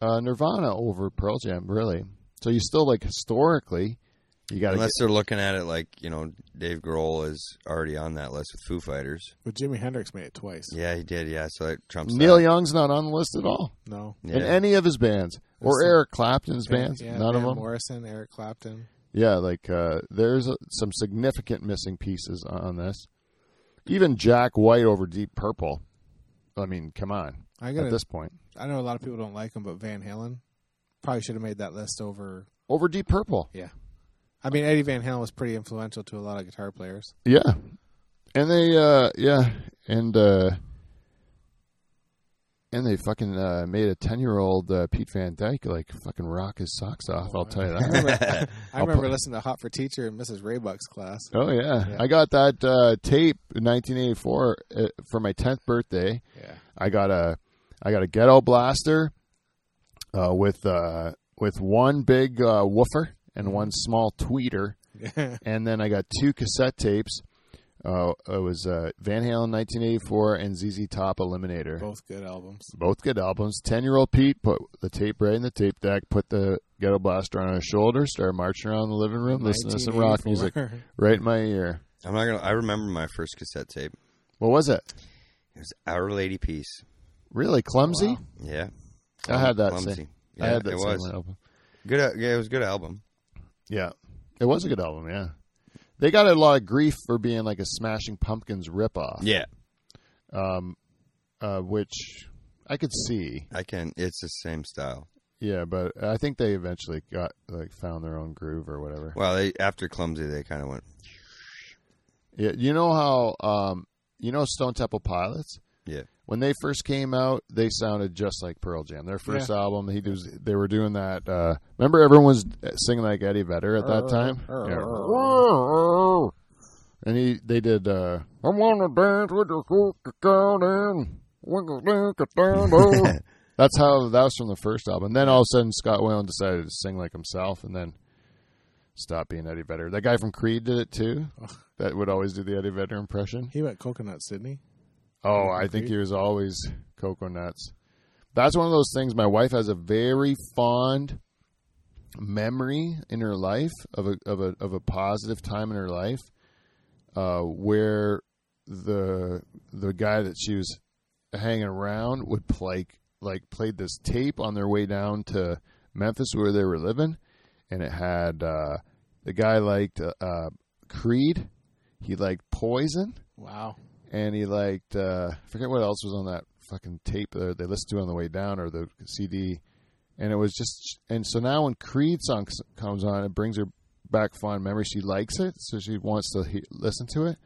Speaker 1: uh, Nirvana over Pearl Jam, really. So you still like historically, you got to
Speaker 3: Unless they're looking at it like, you know, Dave Grohl is already on that list with Foo Fighters.
Speaker 2: But Jimi Hendrix made it twice.
Speaker 3: Yeah, he did. Yeah, so that trumps
Speaker 1: Neil
Speaker 3: that.
Speaker 1: Young's not on the list at all
Speaker 2: No.
Speaker 3: Yeah.
Speaker 1: in any of his bands or
Speaker 2: That's it.
Speaker 1: Eric Clapton's bands.
Speaker 2: Yeah,
Speaker 1: None of
Speaker 2: Van
Speaker 1: them.
Speaker 2: Morrison, Eric Clapton.
Speaker 1: Yeah, like uh, there's uh some significant missing pieces on this. Even Jack White over Deep Purple. I mean, come on.
Speaker 2: I
Speaker 1: At
Speaker 2: got.
Speaker 1: this point,
Speaker 2: I know a lot of people don't like him, but Van Halen probably should have made that list over.
Speaker 1: over Deep Purple.
Speaker 2: I mean, Eddie Van Halen was pretty influential to a lot of guitar players.
Speaker 1: Yeah, and they, uh, yeah, and uh, and they fucking uh, made a ten-year-old uh, Pete Van Dyke like fucking rock his socks off. I'll tell you
Speaker 2: I
Speaker 1: that.
Speaker 2: remember, I
Speaker 1: I'll
Speaker 2: remember
Speaker 1: put-
Speaker 2: listening to Hot for Teacher in Mrs. Raybuck's class.
Speaker 1: Oh yeah.
Speaker 2: Yeah.
Speaker 1: I got that uh, tape in 1984 uh, for my 10th birthday.
Speaker 2: Yeah.
Speaker 1: I got a I got a ghetto blaster uh, with uh, with one big uh, woofer
Speaker 3: Mm-hmm.
Speaker 1: and one small tweeter,
Speaker 2: Yeah.
Speaker 1: and then I got two cassette tapes. Uh, it was uh, Van Halen 1984 and ZZ Top Eliminator.
Speaker 3: Oh.
Speaker 2: Both good albums.
Speaker 1: Both good albums. Ten year old Pete put the tape right in the tape deck, put the ghetto blaster on his shoulder, started marching around the living room, listening to some rock music
Speaker 2: 1984.
Speaker 1: right in my ear.
Speaker 3: I'm not gonna I remember my first cassette tape.
Speaker 1: What was it?
Speaker 3: It was Our Lady Peace.
Speaker 1: Really clumsy.
Speaker 2: Wow.
Speaker 3: Yeah.
Speaker 1: I had that
Speaker 3: Clumsy.
Speaker 1: same-
Speaker 3: Yeah,
Speaker 1: I had that
Speaker 3: it
Speaker 1: same
Speaker 3: was.
Speaker 1: album.
Speaker 3: Good al- yeah, it was a good album.
Speaker 1: Yeah. It was a good album, yeah. They got a lot of grief for being like a Smashing Pumpkins ripoff,
Speaker 3: Yeah.
Speaker 1: um, uh, which I could see.
Speaker 3: I can it's the same style.
Speaker 1: Yeah, but I think they eventually got like found their own groove or whatever.
Speaker 3: Well, they after Clumsy they kinda went
Speaker 1: Yeah, you know how um, you know Stone Temple Pilots.
Speaker 3: Yeah.
Speaker 1: When they first came out, they sounded just like Pearl Jam. Their first album, he was they were doing that. Uh, remember, everyone was singing like Eddie Vedder at that time. Yeah. And he, they did. Uh, I wanna dance with your cool in. That's how that was from the first album. And then all of a sudden, Scott Whalen decided to sing like himself, and then stop being Eddie Vedder. That guy from Creed did it too. That would always do the Eddie Vedder impression.
Speaker 2: He went Coconut Sydney.
Speaker 1: Oh, I think he was always coconuts. That's one of those things. My wife has a very fond memory in her life of a of a of a positive time in her life, uh, where the the guy that she was hanging around would play like played this tape on their way down to Memphis where they were living, and it had uh, the guy liked uh, uh, Creed, he liked Poison,
Speaker 2: Wow.
Speaker 1: and he liked uh, I forget what else was on that fucking tape that they listened to on the way down or the CD, and it was just and so now when Creed song s- comes on, it brings her back fond memories. She likes it, so she wants to he- listen to it,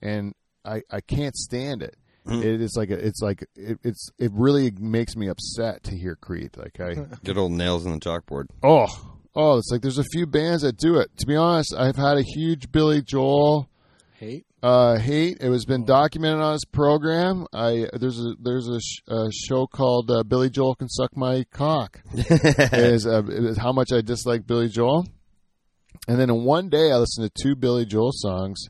Speaker 1: and I I can't stand it.
Speaker 3: Mm.
Speaker 1: It is like a, it's like it, it's it really makes me upset to hear Creed. Like I
Speaker 3: good old nails on the chalkboard.
Speaker 1: oh oh it's like there's a few bands that do it. To be honest, I've had a huge Billy Joel
Speaker 2: Hate.
Speaker 1: uh, hate. It was been documented on this program. I there's a there's a, sh- a show called uh, Billy Joel can suck my cock. is, uh, is how much I dislike Billy Joel. And then in one day, I listened to two Billy Joel songs,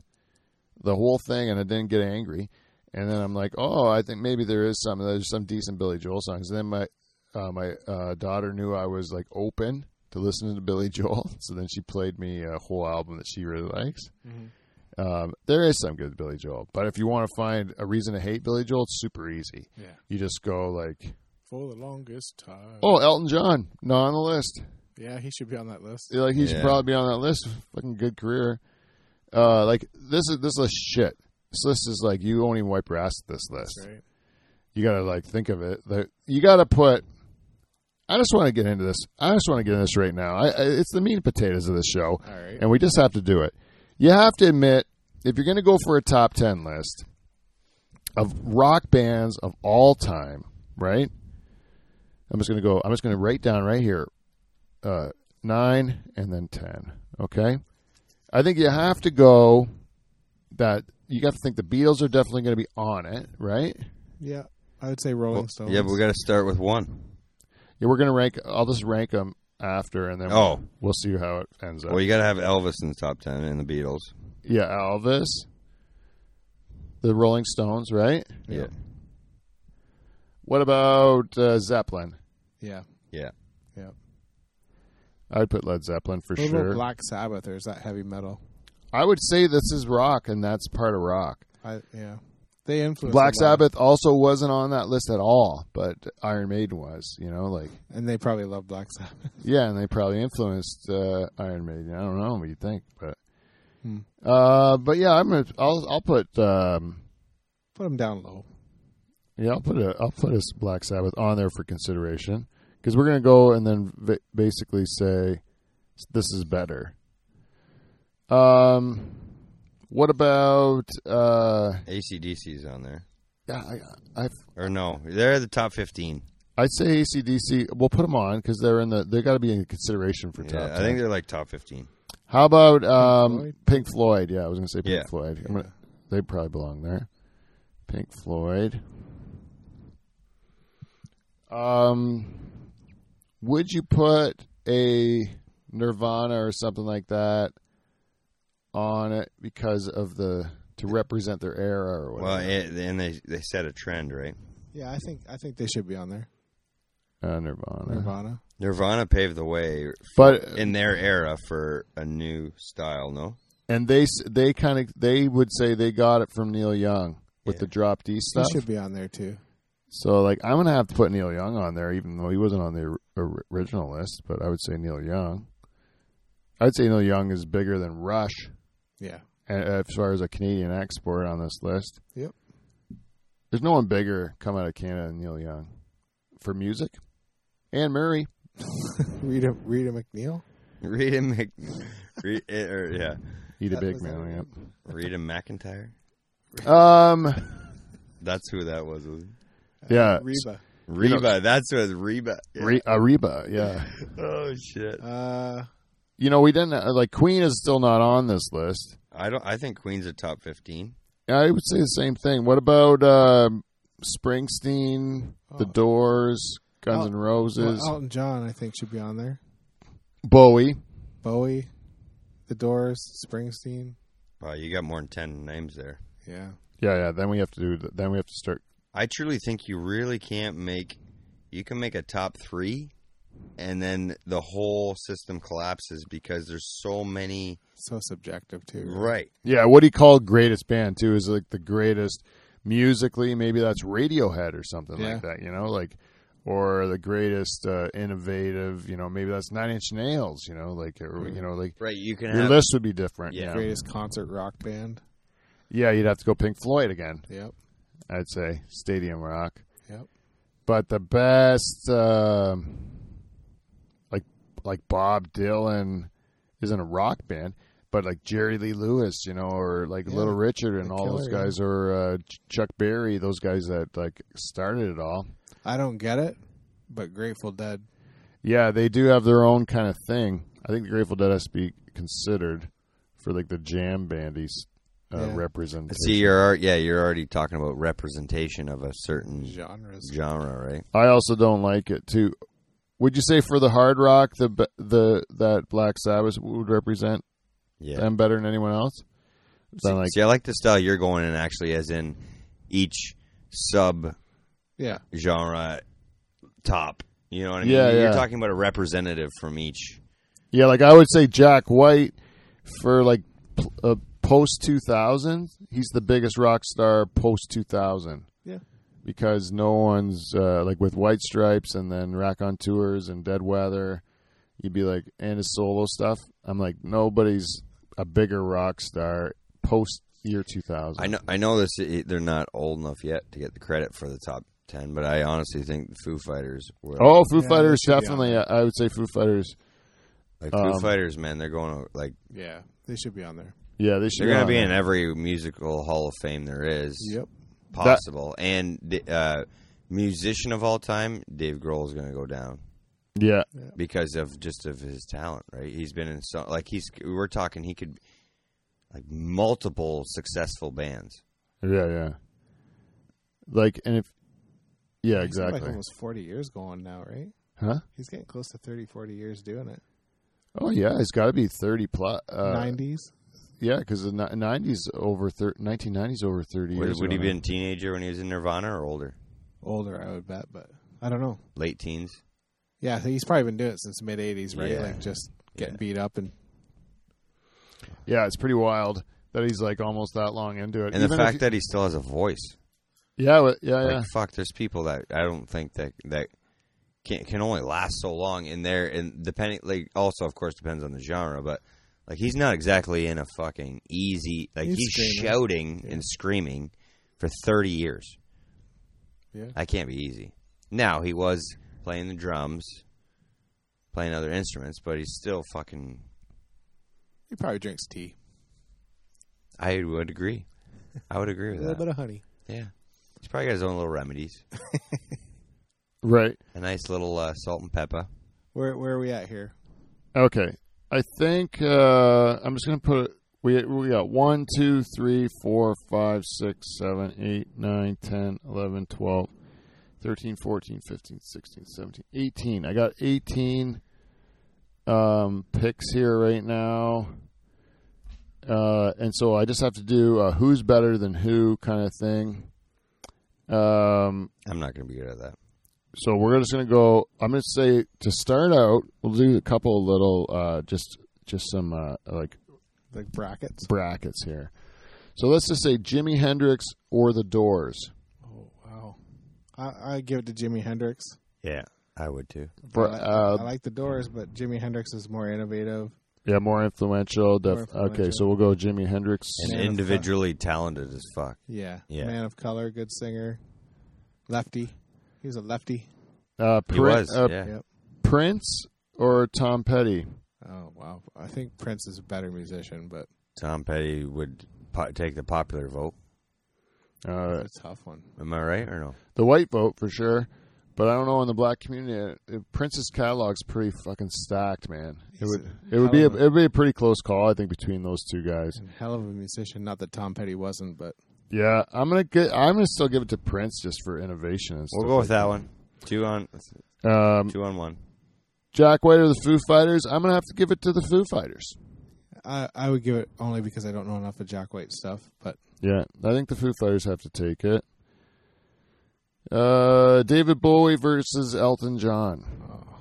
Speaker 1: the whole thing, and I didn't get angry. And then I'm like, oh, I think maybe there is some there's some decent Billy Joel songs. And then my uh, my uh, daughter knew I was like open to listening to Billy Joel, so then she played me a whole album that she really likes. Um, there is some good Billy Joel, but if you want to find a reason to hate Billy Joel, it's super easy.
Speaker 2: Yeah.
Speaker 1: You just go like,
Speaker 2: For the longest time.
Speaker 1: "Oh, Elton John, not on the list."
Speaker 2: Yeah, he should be on that list.
Speaker 1: Like he should
Speaker 3: Yeah.
Speaker 1: probably be on that list. Fucking good career. Uh, like this is this list shit. This list is like you only wipe your ass at this list.
Speaker 2: That's right.
Speaker 1: You gotta like think of it. Like, you gotta put I just want to get into this. I just want to get into this right now. I, I, it's the meat and potatoes of the show,
Speaker 2: All right.
Speaker 1: and we just have to do it. You have to admit, if you're going to go for a top ten list of rock bands of all time, right? I'm just going to go. I'm just going to write down right here, uh, nine and then ten. Okay, I think you have to go. That you have to think the Beatles are definitely going to be on it, right?
Speaker 2: Yeah, I would say Rolling Stones.
Speaker 3: yeah, but we got to start with one.
Speaker 1: Yeah, we're gonna rank. I'll just rank them after, and then
Speaker 3: Oh,
Speaker 1: we'll see how it ends up.
Speaker 3: well, you got to have Elvis in the top ten and the Beatles.
Speaker 1: yeah, Elvis, the Rolling Stones, right?
Speaker 3: Yeah,
Speaker 1: What about uh, Zeppelin?
Speaker 2: yeah.
Speaker 3: yeah.
Speaker 1: I'd put Led Zeppelin for
Speaker 2: What about
Speaker 1: sure.
Speaker 2: Black Sabbath or is that heavy metal?
Speaker 1: I would say this is rock, and that's part of rock.
Speaker 2: I yeah, they influenced
Speaker 1: Black
Speaker 2: a lot,
Speaker 1: Sabbath also wasn't on that list at all, but Iron Maiden was. You know, like
Speaker 2: and they probably love Black Sabbath.
Speaker 1: yeah, and they probably influenced uh, Iron Maiden. I don't know what you think, but
Speaker 2: Hmm.
Speaker 1: uh, but yeah, I'm gonna I'll I'll put. Um,
Speaker 2: Put them down low.
Speaker 1: Yeah, I'll put a I'll put a Black Sabbath on there for consideration because we're gonna go and then v- basically say this is better. Um, what about uh?
Speaker 3: ACDC's on there,
Speaker 1: Yeah, I I
Speaker 3: or no? They're the top fifteen.
Speaker 1: I'd say ACDC. We'll put them on because they're in the they got to be in consideration for top.
Speaker 3: Yeah,
Speaker 1: 10.
Speaker 3: I think they're like top fifteen.
Speaker 1: How about um
Speaker 2: Floyd?
Speaker 1: Pink Floyd? Yeah, I was gonna say Pink
Speaker 3: Yeah.
Speaker 1: Floyd. I'm gonna, they probably belong there. Pink Floyd. Um, would you put a Nirvana or something like that on it because of the to represent their era or whatever?
Speaker 3: Well, it, and they they set a trend, right?
Speaker 2: Yeah, I think I think they should be on there.
Speaker 1: uh, Nirvana.
Speaker 2: Nirvana.
Speaker 3: Nirvana paved the way
Speaker 1: But
Speaker 3: in their
Speaker 1: uh-huh.
Speaker 3: era for a new style. No,
Speaker 1: and they s- they kind of they would say they got it from Neil Young with
Speaker 3: Yeah.
Speaker 1: the drop D
Speaker 2: They
Speaker 1: stuff.
Speaker 2: should be on there too.
Speaker 1: So like I'm gonna have to put Neil Young on there, even though he wasn't on the or- original list. But I would say Neil Young. I'd say Neil Young is bigger than Rush
Speaker 2: Yeah,
Speaker 1: a- as far as a Canadian export on this list.
Speaker 2: Yep.
Speaker 1: There's no one bigger come out of Canada than Neil Young for music. Anne Murray.
Speaker 2: Rita Rita McNeil.
Speaker 3: Rita Mc, Rita, or, yeah,
Speaker 1: Eat a
Speaker 2: That
Speaker 1: big
Speaker 2: was it.
Speaker 1: man.
Speaker 3: Rita McIntyre.
Speaker 1: Yep. Um.
Speaker 3: That's who that was. wasn't it?
Speaker 1: Yeah.
Speaker 2: Uh, Reba.
Speaker 3: Reba. that's what Reba. yeah.
Speaker 1: Re- Ariba. Yeah.
Speaker 3: oh shit.
Speaker 2: Uh,
Speaker 1: You know we didn't uh, like Queen is still not on this list.
Speaker 3: I don't. I think Queen's a top fifteen.
Speaker 1: I would say the same thing. What about um Springsteen, The
Speaker 2: Oh.
Speaker 1: Doors, Guns
Speaker 2: Oh,
Speaker 1: N' Roses,
Speaker 2: well, Elton John, I think should be on there.
Speaker 1: Bowie?
Speaker 2: Bowie, The Doors, Springsteen.
Speaker 3: Wow, you got more than ten names there.
Speaker 2: Yeah,
Speaker 1: Yeah, yeah. Then we have to do. Then we have to start.
Speaker 3: I truly think you really can't make. You can make a top three, and then the whole system collapses because there's so many.
Speaker 2: so subjective too.
Speaker 3: Right.
Speaker 1: Yeah, what he called greatest band too is like the greatest musically. Maybe that's Radiohead or something
Speaker 2: Yeah.
Speaker 1: like that. You know, like or the greatest uh, innovative. You know, maybe that's Nine Inch Nails. You know, like
Speaker 2: Mm.
Speaker 1: or, you know, like
Speaker 3: Right. You can
Speaker 1: your
Speaker 3: have.
Speaker 1: list would be different.
Speaker 3: Yeah.
Speaker 1: yeah,
Speaker 2: Greatest concert rock band.
Speaker 1: yeah. You'd have to go Pink Floyd again.
Speaker 2: Yep.
Speaker 1: I'd say Stadium Rock.
Speaker 2: Yep.
Speaker 1: but the best um, like like Bob Dylan isn't a rock band, but like Jerry Lee Lewis, you know, or like
Speaker 2: Yeah,
Speaker 1: Little Richard and
Speaker 2: the
Speaker 1: all those
Speaker 2: Killer, yeah.
Speaker 1: guys, or uh, Ch- Chuck Berry, those guys that like started it all.
Speaker 2: I don't get it, but Grateful Dead.
Speaker 1: Yeah, they do have their own kind of thing. I think the Grateful Dead has to be considered for like the jam bandies uh,
Speaker 2: Yeah.
Speaker 1: representation.
Speaker 3: See, you're al- yeah, you're already talking about representation of a certain
Speaker 2: genres.
Speaker 3: genre, right?
Speaker 1: I also don't like it too. Would you say for the hard rock, the b- the that Black Sabbath would represent
Speaker 3: Yeah.
Speaker 1: them better than anyone else?
Speaker 3: See,
Speaker 1: Then, like,
Speaker 3: see, I like the style you're going in, actually, as in each sub
Speaker 2: Yeah,
Speaker 3: genre top. You know what I mean?
Speaker 1: Yeah,
Speaker 3: you're
Speaker 1: yeah.
Speaker 3: talking about a representative from each.
Speaker 1: yeah, like I would say Jack White for like p- uh, post two thousand. He's the biggest rock star post two thousand.
Speaker 2: Yeah.
Speaker 1: because no one's uh, like with White Stripes and then Rack on Tours and Dead Weather. You'd be like, and his solo stuff. I'm like, nobody's a bigger rock star post year two thousand.
Speaker 3: I know. I know this. They're not old enough yet to get the credit for the top ten, but I honestly think the Foo Fighters will.
Speaker 1: Oh, Foo
Speaker 2: Yeah,
Speaker 1: Fighters
Speaker 2: they should be
Speaker 1: definitely. I would say Foo Fighters.
Speaker 3: like Foo
Speaker 1: um,
Speaker 3: Fighters, man, they're going to like
Speaker 2: Yeah, they should be on there.
Speaker 1: Yeah, they should.
Speaker 3: they're going to
Speaker 1: on
Speaker 3: be in
Speaker 1: there.
Speaker 3: every musical Hall of Fame there is
Speaker 2: Yep.
Speaker 3: possible, and the, uh, musician of all time, Dave Grohl is going to go down
Speaker 1: Yeah,
Speaker 3: because of just of his talent, right? He's been in so like he's we we're talking he could like multiple successful bands.
Speaker 1: yeah, yeah. Like, and if yeah,
Speaker 2: He's got, Like
Speaker 1: exactly.
Speaker 2: almost 40 years going now, right?
Speaker 1: Huh?
Speaker 2: He's getting close to 30, 40 years doing it.
Speaker 1: Oh yeah, it's got to be thirty plus. Uh,
Speaker 2: 90s?
Speaker 1: yeah, because the nineties over nineteen nineties over thirty
Speaker 3: Would,
Speaker 1: years.
Speaker 3: would he
Speaker 1: ago
Speaker 3: be
Speaker 1: now.
Speaker 3: a teenager when he was in Nirvana or older?
Speaker 2: Older, I would bet, but I don't know.
Speaker 3: Late teens.
Speaker 2: Yeah, he's probably been doing it since mid 80s, right?
Speaker 3: Yeah.
Speaker 2: Like just getting
Speaker 3: Yeah.
Speaker 2: beat up and
Speaker 1: Yeah, it's pretty wild that he's like almost that long into it.
Speaker 3: And the
Speaker 1: Even if
Speaker 3: fact
Speaker 1: he-
Speaker 3: that he still has a voice.
Speaker 1: yeah, wa- yeah, yeah,
Speaker 3: Like fuck, there's people that I don't think that that can can only last so long in there, and depending like also of course depends on the genre, but like he's not exactly in a fucking easy like
Speaker 2: He's
Speaker 3: he's,
Speaker 2: screaming.
Speaker 3: shouting
Speaker 2: Yeah.
Speaker 3: and screaming for thirty years.
Speaker 2: Yeah.
Speaker 3: that can't be easy. Now he was playing the drums, playing other instruments, but he's still fucking.
Speaker 2: he probably drinks tea.
Speaker 3: I would agree. I would
Speaker 2: A
Speaker 3: agree with
Speaker 2: little bit
Speaker 3: that.
Speaker 2: of honey.
Speaker 3: Yeah, he's probably got his own little remedies.
Speaker 1: right.
Speaker 3: A nice little uh, salt and pepper.
Speaker 2: Where where are we at here?
Speaker 1: Okay, I think uh, I'm just gonna put we we got one, two, three, four, five, six, seven, eight, nine, ten, eleven, twelve, thirteen, fourteen, fifteen, sixteen, seventeen, eighteen. I got eighteen um, picks here right now, uh, and so I just have to do a who's better than who kind of thing. Um,
Speaker 3: I'm not going to be good at that.
Speaker 1: so we're just going to go. I'm going to say to start out, we'll do a couple little uh, just just some uh, like
Speaker 2: Like brackets.
Speaker 1: brackets here. So let's just say Jimi Hendrix or the Doors.
Speaker 2: Oh wow. I I give it to Jimi Hendrix.
Speaker 3: Yeah, I would too.
Speaker 1: For,
Speaker 2: I, like,
Speaker 1: uh,
Speaker 2: I like the Doors, but Jimi Hendrix is more innovative.
Speaker 1: Yeah, more influential. Def-
Speaker 2: More influential.
Speaker 1: Okay, so we'll go Jimi Hendrix.
Speaker 3: And
Speaker 2: Man of
Speaker 3: individually talented as fuck.
Speaker 2: Yeah.
Speaker 3: Yeah.
Speaker 2: Man of color, good singer, lefty. He's a lefty.
Speaker 1: Uh,
Speaker 3: He
Speaker 1: Prin-
Speaker 3: was.
Speaker 1: uh,
Speaker 3: yeah.
Speaker 2: Yep.
Speaker 1: Prince or Tom Petty.
Speaker 2: Oh wow. I think Prince is a better musician, but
Speaker 3: Tom Petty would po- take the popular vote.
Speaker 1: Uh,
Speaker 2: it's a tough one.
Speaker 3: Am I right or no?
Speaker 1: the white vote for sure, but I don't know in the black community. uh, Prince's catalog's pretty fucking stacked, man. It
Speaker 2: He's
Speaker 1: would
Speaker 2: a
Speaker 1: it would be a,
Speaker 2: hell
Speaker 1: it
Speaker 2: of
Speaker 1: would be a pretty close call, I think, between those two guys.
Speaker 2: And hell of a musician. Not that Tom Petty wasn't, but
Speaker 1: Yeah, I'm gonna get. I'm gonna still give it to Prince just for innovation. And stuff
Speaker 3: We'll go with
Speaker 1: like
Speaker 3: that one. Two on
Speaker 1: that. Um,
Speaker 3: two on one.
Speaker 1: Jack White or the Foo Fighters? I'm gonna have to give it to the Foo Fighters.
Speaker 2: I I would give it only because I don't know enough of Jack White stuff. But
Speaker 1: Yeah, I think the Foo Fighters have to take it. Uh, David Bowie versus Elton John.
Speaker 2: oh,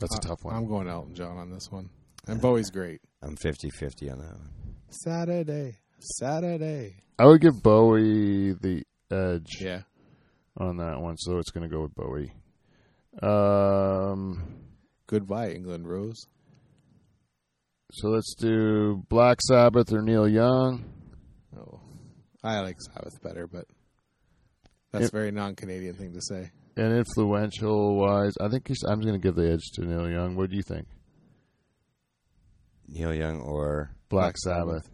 Speaker 1: That's a
Speaker 2: I-
Speaker 1: tough one.
Speaker 2: I'm going Elton John on this one. And Bowie's great.
Speaker 3: I'm 50-50 on that one.
Speaker 2: Saturday, Saturday.
Speaker 1: I would give Bowie the edge
Speaker 2: Yeah.
Speaker 1: on that one, so it's gonna go with Bowie. Um,
Speaker 2: Goodbye, England Rose.
Speaker 1: so let's do Black Sabbath or Neil Young.
Speaker 2: Oh, I like Sabbath better, but that's
Speaker 1: Yep.
Speaker 2: a very non-Canadian thing to say.
Speaker 1: And influential wise, I think he's, I'm going to give the edge to Neil Young. What do you think?
Speaker 3: Neil Young or
Speaker 1: Black
Speaker 2: Black
Speaker 1: Sabbath.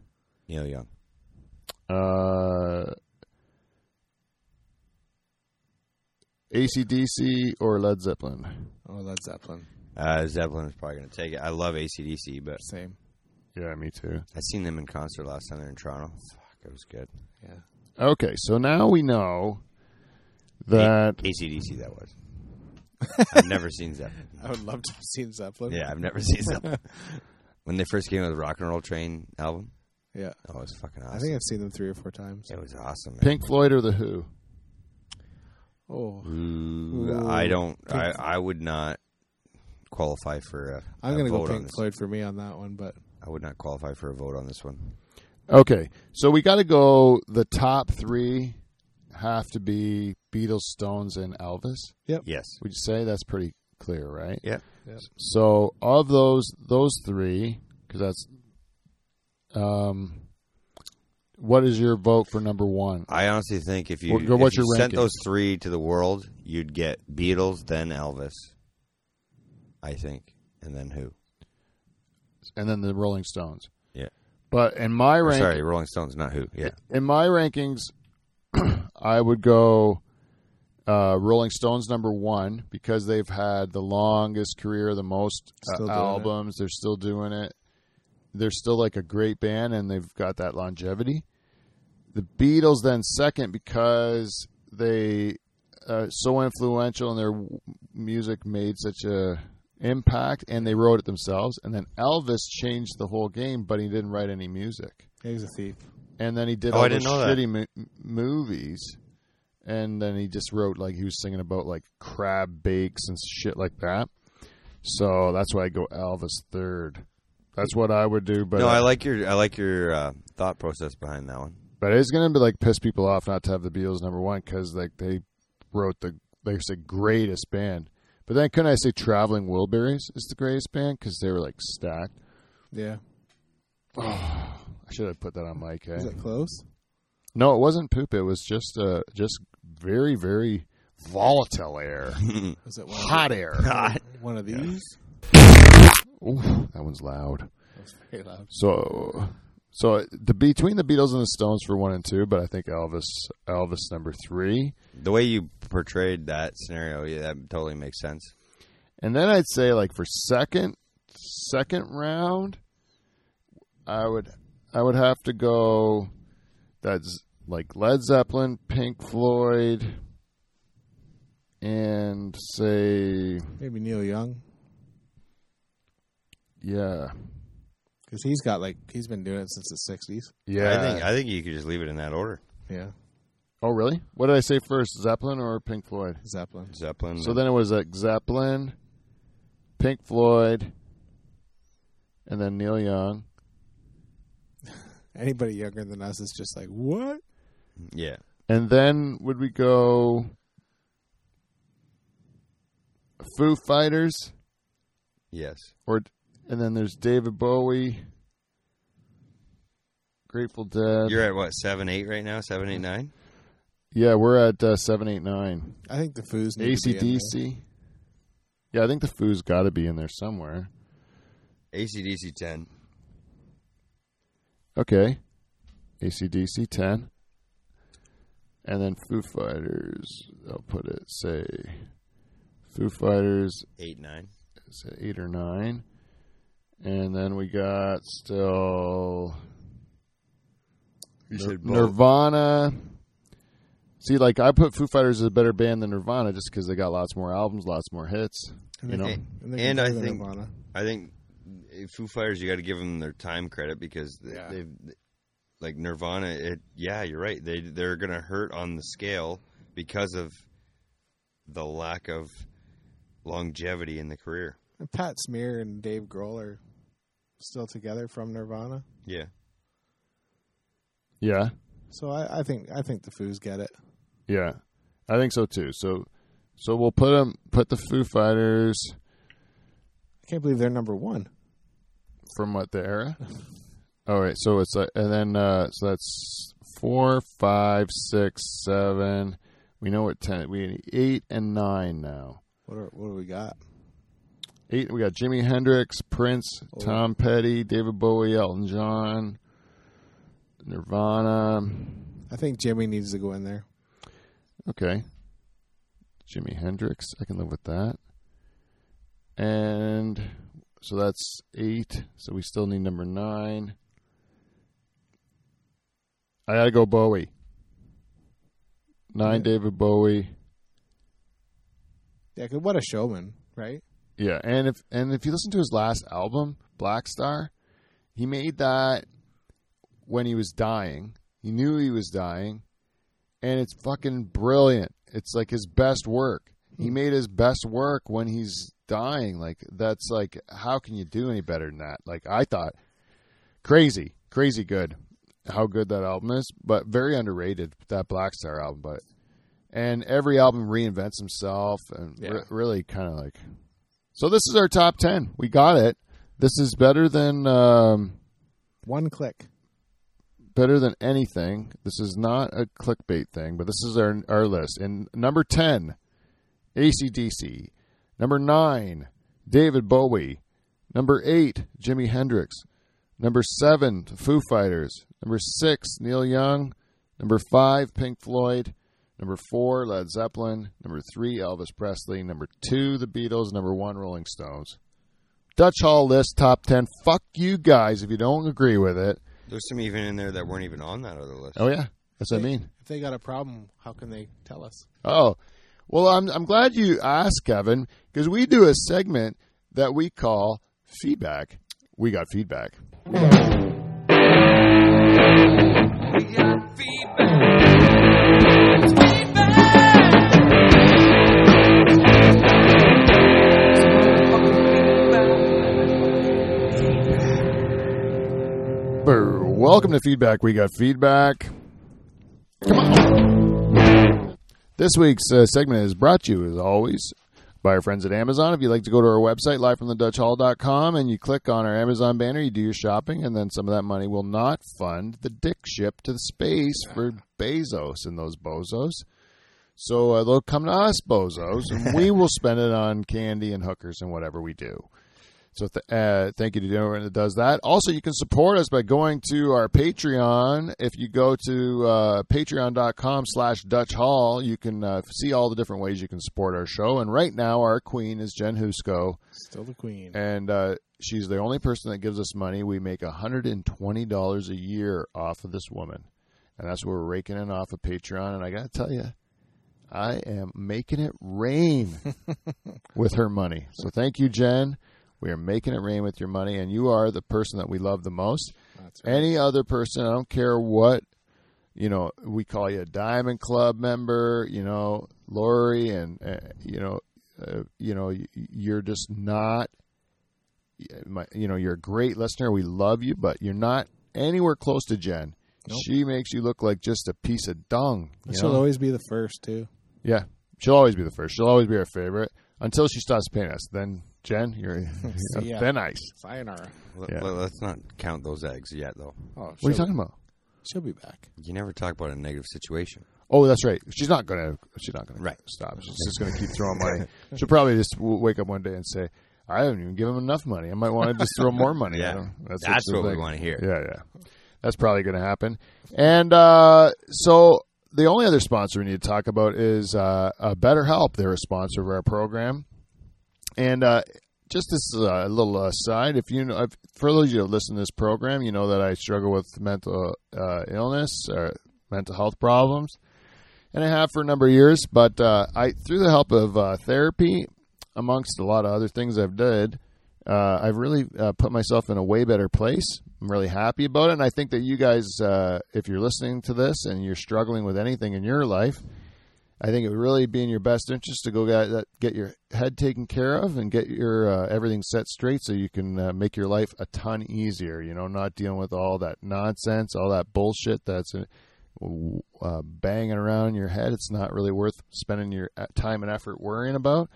Speaker 3: Neil Young.
Speaker 1: Uh, ACDC or Led Zeppelin?
Speaker 2: Oh, Led Zeppelin.
Speaker 3: Uh, Zeppelin is probably going to take it. I love ACDC, but
Speaker 2: Same.
Speaker 1: Yeah, me too.
Speaker 3: I seen them in concert last time they're in Toronto. Fuck, it was good.
Speaker 2: Yeah.
Speaker 1: Okay, so now we know that.
Speaker 3: ACDC that was. I've never seen Zeppelin.
Speaker 2: I would love to have seen Zeppelin.
Speaker 3: Yeah, I've never seen Zeppelin. when they first came out with the Rock and Roll Train album,
Speaker 2: Yeah.
Speaker 3: oh, it was fucking awesome.
Speaker 2: I think I've seen them three or four times.
Speaker 3: It was awesome. Man.
Speaker 1: Pink Floyd or The Who?
Speaker 3: Hmm.
Speaker 2: Oh,
Speaker 3: Ooh,
Speaker 2: Ooh.
Speaker 3: I don't. I,
Speaker 2: Pink-
Speaker 3: I would not qualify for a.
Speaker 2: I'm
Speaker 3: a
Speaker 2: gonna go
Speaker 3: vote on
Speaker 2: Pink
Speaker 3: this.
Speaker 2: Floyd for me on that one, but
Speaker 3: I would not qualify for a vote on this one.
Speaker 1: Okay, so we got to go. The top three have to be Beatles, Stones, and Elvis.
Speaker 3: Yes.
Speaker 1: Would you say that's pretty clear, right?
Speaker 3: Yeah.
Speaker 2: yeah.
Speaker 1: So of those those three, because that's um, what is your vote for number one?
Speaker 3: I honestly think if you,
Speaker 1: What- go-
Speaker 3: if
Speaker 1: what's
Speaker 3: you
Speaker 1: your
Speaker 3: sent
Speaker 1: ranking?
Speaker 3: those three to the world, you'd get Beatles, then Elvis. I think, and then who?
Speaker 1: And then the Rolling Stones.
Speaker 3: Yeah.
Speaker 1: But in my
Speaker 3: Or
Speaker 1: rank,
Speaker 3: sorry, Rolling Stones, not who. Yeah,
Speaker 1: in my rankings, I would go uh, Rolling Stones number one because they've had the longest career, the most uh,
Speaker 2: Still doing it.
Speaker 1: albums. They're still doing it. They're still like a great band, and they've got that longevity. The Beatles then second because they are so influential and their w- music made such a impact, and they wrote it themselves. And then Elvis changed the whole game, but he didn't write any music
Speaker 2: He was a thief.
Speaker 1: and then he did
Speaker 3: Oh,
Speaker 1: all
Speaker 3: I
Speaker 1: those
Speaker 3: didn't know that.
Speaker 1: shitty mo- movies, and then he just wrote like he was singing about like crab bakes and shit like that. So that's why I go Elvis third. That's what I would do, but
Speaker 3: no, I
Speaker 2: uh,
Speaker 3: like your I like your uh, thought process behind that one.
Speaker 1: but it's gonna be like piss people off not to have the Beatles number one because like they wrote the they said greatest band, but then couldn't I say Traveling Wilburys is the greatest band because they were like stacked.
Speaker 2: Yeah.
Speaker 1: I should have put that on Mike. Eh?
Speaker 2: Is that close?
Speaker 1: No, it wasn't poop. It was just uh, just very very volatile air,
Speaker 2: Is it one of,
Speaker 1: hot air.
Speaker 2: one of these?
Speaker 1: Ooh, that one's loud.
Speaker 2: Very loud.
Speaker 1: So so the between the Beatles and the Stones for one and two, but I think Elvis Elvis number three,
Speaker 3: The way you portrayed that scenario, yeah, that totally makes sense.
Speaker 1: and then I'd say like for second second round, I would I would have to go. That's like Led Zeppelin, Pink Floyd, and say
Speaker 2: Maybe Neil Young.
Speaker 1: yeah.
Speaker 2: Because he's got like, he's been doing it since the 60s.
Speaker 1: Yeah.
Speaker 3: I think I think you could just leave it in that order.
Speaker 2: Yeah.
Speaker 1: oh, really? What did I say first, Zeppelin or Pink Floyd?
Speaker 2: Zeppelin.
Speaker 3: Zeppelin.
Speaker 1: So then it was like Zeppelin, Pink Floyd, and then Neil Young.
Speaker 2: Anybody younger than us is just like, what?
Speaker 3: yeah,
Speaker 1: And then would we go Foo Fighters
Speaker 3: yes,
Speaker 1: or and then there's David Bowie, Grateful Dead.
Speaker 3: you're at what seven, eight right now? Seven, eight, nine.
Speaker 1: yeah, we're at uh, 789.
Speaker 2: I think the Foos need to be in there.
Speaker 1: ACDC. Yeah, I think the Foo's got to be in there somewhere.
Speaker 3: ACDC ten.
Speaker 1: Okay. ACDC 10. And then Foo Fighters, I'll put it, say, Foo Fighters
Speaker 3: Eight nine.
Speaker 1: is at 8 or 9. And then we got still
Speaker 3: You
Speaker 1: Nir-
Speaker 3: should vote.
Speaker 1: Nirvana. See, like, I put Foo Fighters as a better band than Nirvana just because they got lots more albums, lots more hits.
Speaker 2: And
Speaker 1: You
Speaker 2: they-
Speaker 1: know?
Speaker 2: they can
Speaker 3: And I
Speaker 2: do the
Speaker 3: think-
Speaker 2: Nirvana.
Speaker 3: I think eh, Foo Fighters, you got to give them their time credit because they,
Speaker 2: Yeah.
Speaker 3: they've like Nirvana. It, yeah, you're right. They they're gonna hurt on the scale because of the lack of longevity in the career.
Speaker 2: And Pat Smear and Dave Grohl are still together from Nirvana.
Speaker 3: Yeah,
Speaker 1: Yeah.
Speaker 2: So I, I think I think the Foos get it.
Speaker 1: Yeah, I think so too. So, so we'll put 'em- put the Foo Fighters
Speaker 2: I can't believe they're number one.
Speaker 1: from what the era. All right, so it's like, and then uh, so that's four, five, six, seven. We know what ten. We need eight and nine now.
Speaker 2: What are, what do we got?
Speaker 1: Eight. We got Jimi Hendrix, Prince, Tom Petty, David Bowie, Elton John, Nirvana.
Speaker 2: I think Jimmy needs to go in there.
Speaker 1: Okay. Jimi Hendrix. I can live with that. And so that's eight. So we still need number nine. I gotta go Bowie. Nine David Bowie.
Speaker 2: Yeah, 'cause what a showman, right?
Speaker 1: Yeah, and if and if you listen to his last album, Black Star, he made that when he was dying. He knew he was dying, and it's fucking brilliant. It's like his best work. He made his best work when he's dying. Like that's like how can you do any better than that? Like I thought crazy, crazy good. How good that album is, but very underrated that Black Star album, but and every album reinvents himself and
Speaker 2: Yeah.
Speaker 1: re- really kind of like so this is our top 10. We got it. This is better than um,
Speaker 2: One click.
Speaker 1: better than anything, this is not a clickbait thing, but this is our our list. And number ten, ACDC. Number nine, David Bowie. Number eight, Jimi Hendrix. Number seven, Foo Fighters. Number six, Neil Young. Number five, Pink Floyd. Number four, Led Zeppelin. Number three, Elvis Presley. Number two, The Beatles. Number one, Rolling Stones. Dutch Hall list top ten. Fuck you guys if you don't agree with it.
Speaker 3: There's some even in there that weren't even on that other list.
Speaker 1: Oh yeah, that's what I mean.
Speaker 2: If they got a problem, how can they tell us?
Speaker 1: Oh, well, I'm I'm glad you asked, Kevin, because we do a segment that we call feedback. We got feedback. Brr. Welcome to Feedback. We got feedback. This week's uh, segment is brought to you, as always, by our friends at Amazon. If you'd like to go to our website, livefromthedutchhall.com, and you click on our Amazon banner, you do your shopping, and then some of that money will not fund the dick ship to the space for Bezos and those bozos. So uh, they'll come to us, bozos, and we will spend it on candy and hookers and whatever we do. So th- uh, thank you to everyone that does that. Also, you can support us by going to our Patreon. If you go to uh, patreon.com slash Dutch Hall, you can uh, see all the different ways you can support our show. And right now, our queen is Jen Husko,
Speaker 2: Still the queen.
Speaker 1: and uh, she's the only person that gives us money. We make $120 a year off of this woman. And that's what we're raking in off of Patreon. And I got to tell you, I am making it rain with her money. So thank you, Jen. We are making it rain with your money, and you are the person that we love the most.
Speaker 2: That's right.
Speaker 1: Any other person, I don't care what, you know, we call you a Diamond Club member, you know, Lori, and uh, you know, uh, you know, y- you're just not, my, you know, you're a great listener. We love you, but you're not anywhere close to Jen.
Speaker 2: Nope.
Speaker 1: She makes you look like just a piece of dung. you
Speaker 2: She'll
Speaker 1: know?
Speaker 2: always be the first too.
Speaker 1: Yeah, she'll always be the first. She'll always be our favorite until she stops paying us. Then Jen, you're
Speaker 2: See ya.
Speaker 1: then ice.
Speaker 2: Sayonara.
Speaker 3: Let,
Speaker 1: Yeah.
Speaker 3: us not count those eggs yet, though.
Speaker 2: Oh,
Speaker 1: What are
Speaker 2: she'll,
Speaker 1: you talking about?
Speaker 2: she'll be back.
Speaker 3: You never talk about a negative situation.
Speaker 1: Oh, that's right. She's not gonna. She's not gonna
Speaker 3: Right.
Speaker 1: stop. She's just gonna keep throwing money. She'll probably just w- wake up one day and say, "I haven't even given him enough money. I might want to just throw more money."
Speaker 3: Yeah.
Speaker 1: at him."
Speaker 3: That's,
Speaker 1: she'll
Speaker 3: what we
Speaker 1: think.
Speaker 3: want to hear.
Speaker 1: Yeah, yeah. That's probably going to happen. And uh, so the only other sponsor we need to talk about is uh, uh, BetterHelp. They're a sponsor of our program. And uh, just this uh, little aside, if you know, if, for those of you that listen to this program, you know that I struggle with mental uh, illness or mental health problems, and I have for a number of years. But uh, I, through the help of uh, therapy, amongst a lot of other things I've did, uh, I've really uh, put myself in a way better place. I'm really happy about it, and I think that you guys, uh, if you're listening to this and you're struggling with anything in your life, I think it would really be in your best interest to go get that, get your head taken care of and get your uh, everything set straight so you can uh, make your life a ton easier. You know, not dealing with all that nonsense, all that bullshit that's uh, banging around in your head. It's not really worth spending your uh, time and effort worrying about.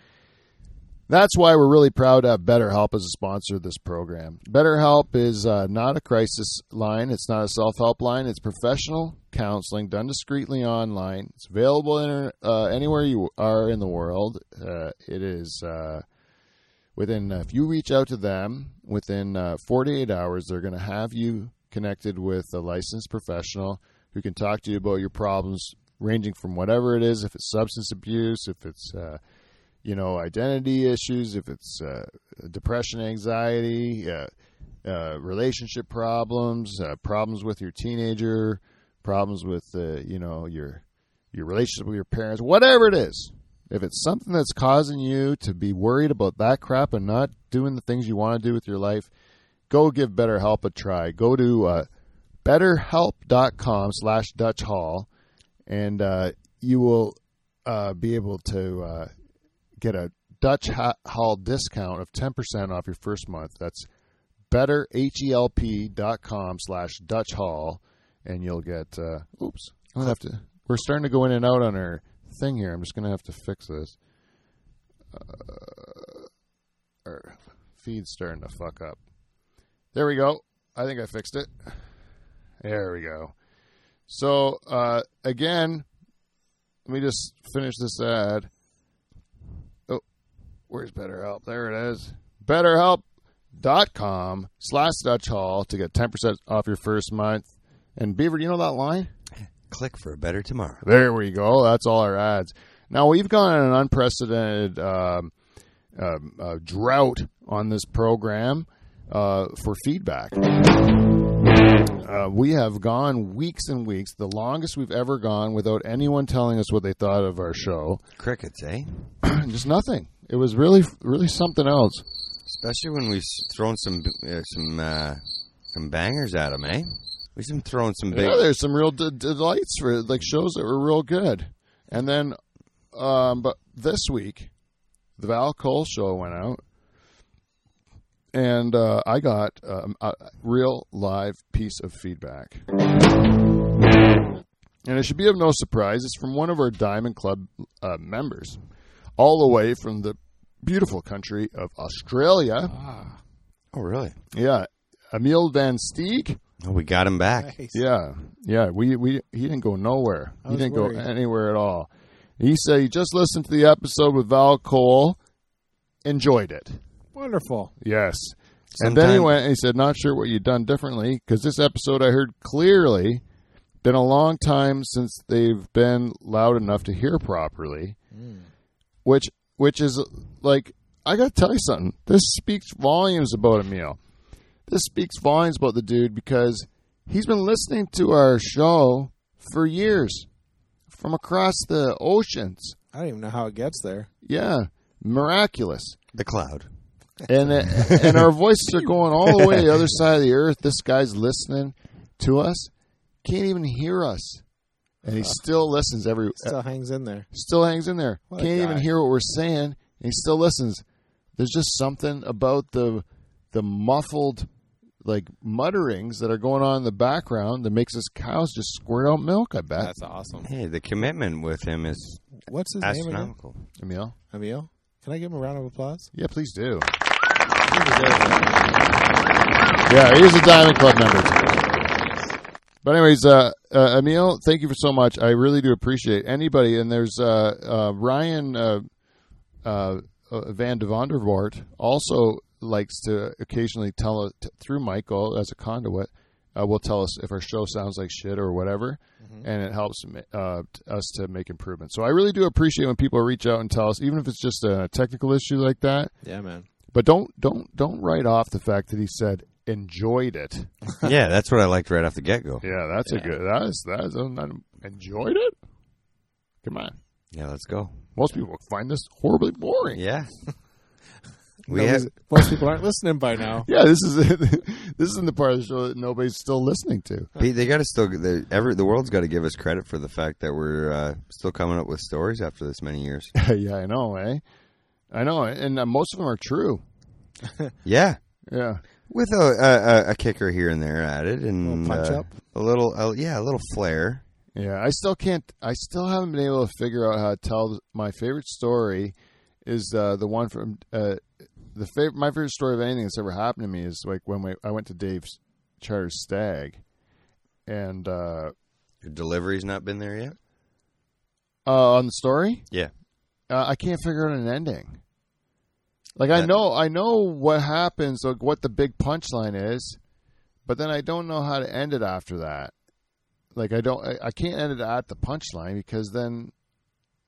Speaker 1: That's why we're really proud to have BetterHelp as a sponsor of this program. BetterHelp is uh, not a crisis line, it's not a self help line. It's professional counseling done discreetly online. It's available in, uh, anywhere you are in the world. Uh, it is. Uh, Within, uh, if you reach out to them within uh, 48 hours, they're going to have you connected with a licensed professional who can talk to you about your problems, ranging from whatever it is, if it's substance abuse, if it's uh, you know, identity issues, if it's uh, depression, anxiety, uh, uh, relationship problems, uh, problems with your teenager, problems with uh, you know your your relationship with your parents, whatever it is. If it's something that's causing you to be worried about that crap and not doing the things you want to do with your life, go give BetterHelp a try. Go to uh, betterhelp.com slash Dutch Hall and uh, you will uh, be able to uh, get a Dutch Ha- Hall discount of 10% off your first month. That's E betterhelp.com slash Dutch Hall, and you'll get, uh, oops, I'm going to have to, we're starting to go in and out on our thing here. I'm just going to have to fix this. Uh, our feed's starting to fuck up. There we go. I think I fixed it. There we go. So uh, again, let me just finish this ad. Oh, where's BetterHelp? There it is. BetterHelp.com slash Dutch Hall to get 10% off your first month. And Beaver, do you know that line?
Speaker 3: Click for a better tomorrow.
Speaker 1: There we go. That's all our ads. Now we've gone on an unprecedented um, um, uh, drought on this program uh, for feedback. Uh, we have gone weeks and weeks, the longest we've ever gone without anyone telling us what they thought of our show.
Speaker 3: Crickets, eh?
Speaker 1: Just nothing. It was really, really something else.
Speaker 3: Especially when we've thrown some uh, some uh, some bangers at them, eh? We've been throwing some big.
Speaker 1: Yeah, there's some real d- delights for like shows that were real good. And then, um, but this week, the Val Cole show went out, and uh, I got um, a real live piece of feedback. And it should be of no surprise, it's from one of our Diamond Club uh, members, all the way from the beautiful country of Australia.
Speaker 3: oh, really?
Speaker 1: Yeah, Emil Van Steeg.
Speaker 3: Oh, we got him back.
Speaker 2: Nice.
Speaker 1: Yeah, yeah. We we he didn't go nowhere.
Speaker 2: I
Speaker 1: He
Speaker 2: was
Speaker 1: didn't
Speaker 2: worried.
Speaker 1: go anywhere at all. He said he just listened to the episode with Val Cole, enjoyed it.
Speaker 2: Wonderful.
Speaker 1: Yes. And then he
Speaker 3: Sometime-
Speaker 1: went. and He said, "Not sure what you've done differently because this episode I heard clearly. Been a long time since they've been loud enough to hear properly, which which is like I got to tell you something. This speaks volumes about Emil. This speaks volumes about the dude because he's been listening to our show for years from across the oceans.
Speaker 2: I don't even know how it gets there.
Speaker 1: Yeah, miraculous."
Speaker 3: The cloud.
Speaker 1: and uh, and our voices are going all the way to the other side of the earth. This guy's listening to us, can't even hear us, and he still listens every uh,
Speaker 2: Still hangs in there.
Speaker 1: still hangs in there.
Speaker 2: What a
Speaker 1: Can't even
Speaker 2: guy.
Speaker 1: hear what we're saying, and he still listens. There's just something about the the muffled like mutterings that are going on in the background that makes us cows just squirt out milk. I bet
Speaker 2: That's awesome.
Speaker 3: Hey, the commitment with him is
Speaker 2: What's his name again?
Speaker 3: astronomical.
Speaker 1: Emil.
Speaker 2: Emil? Can I give him a round of applause?
Speaker 1: Yeah, please do.
Speaker 2: He deserves it.
Speaker 1: Yeah, he is a Diamond Club member. But anyways, uh, uh, Emil, thank you for so much. I really do appreciate anybody. And there's uh, uh, Ryan uh, uh, uh, Van de Vondervoort also likes to occasionally tell us t- through Michael as a conduit. Uh, will tell us if our show sounds like shit or whatever, and it helps ma- uh, t- us to make improvements. So I really do appreciate when people reach out and tell us, even if it's just a technical issue like that.
Speaker 2: Yeah, man.
Speaker 1: But don't don't don't write off the fact that he said enjoyed it.
Speaker 3: yeah, that's what I liked right off the get go.
Speaker 1: Yeah, that's a good. That is that is. I enjoyed it. Come on,
Speaker 3: Yeah, let's go.
Speaker 1: most people find this horribly boring.
Speaker 3: Yeah. we
Speaker 2: Nobody's-
Speaker 3: have
Speaker 2: most people aren't listening by now.
Speaker 1: Yeah, this is this isn't the part of the show that nobody's still listening to.
Speaker 3: Pete, they got to still the every the world's got to give us credit for the fact that we're uh, still coming up with stories after this many years.
Speaker 1: yeah, I know, eh? I know, and uh, most of them are true.
Speaker 3: Yeah,
Speaker 1: Yeah,
Speaker 3: with a a, a, a kicker here and there added, and
Speaker 2: Little punch
Speaker 3: uh,
Speaker 2: up.
Speaker 3: a little uh, yeah, a little flair.
Speaker 1: yeah. I still can't. I still haven't been able to figure out how to tell my favorite story. Is uh, the one from uh, the favorite? My favorite story of anything that's ever happened to me is like when we, I went to Dave's Charter Stag, and uh,
Speaker 3: Your delivery's not been there yet.
Speaker 1: uh, on the story.
Speaker 3: Yeah,
Speaker 1: uh, I can't figure out an ending. Like I
Speaker 3: That-
Speaker 1: know, I know what happens, like what the big punchline is, but then I don't know how to end it after that. Like I don't, I, I can't end it at the punchline because then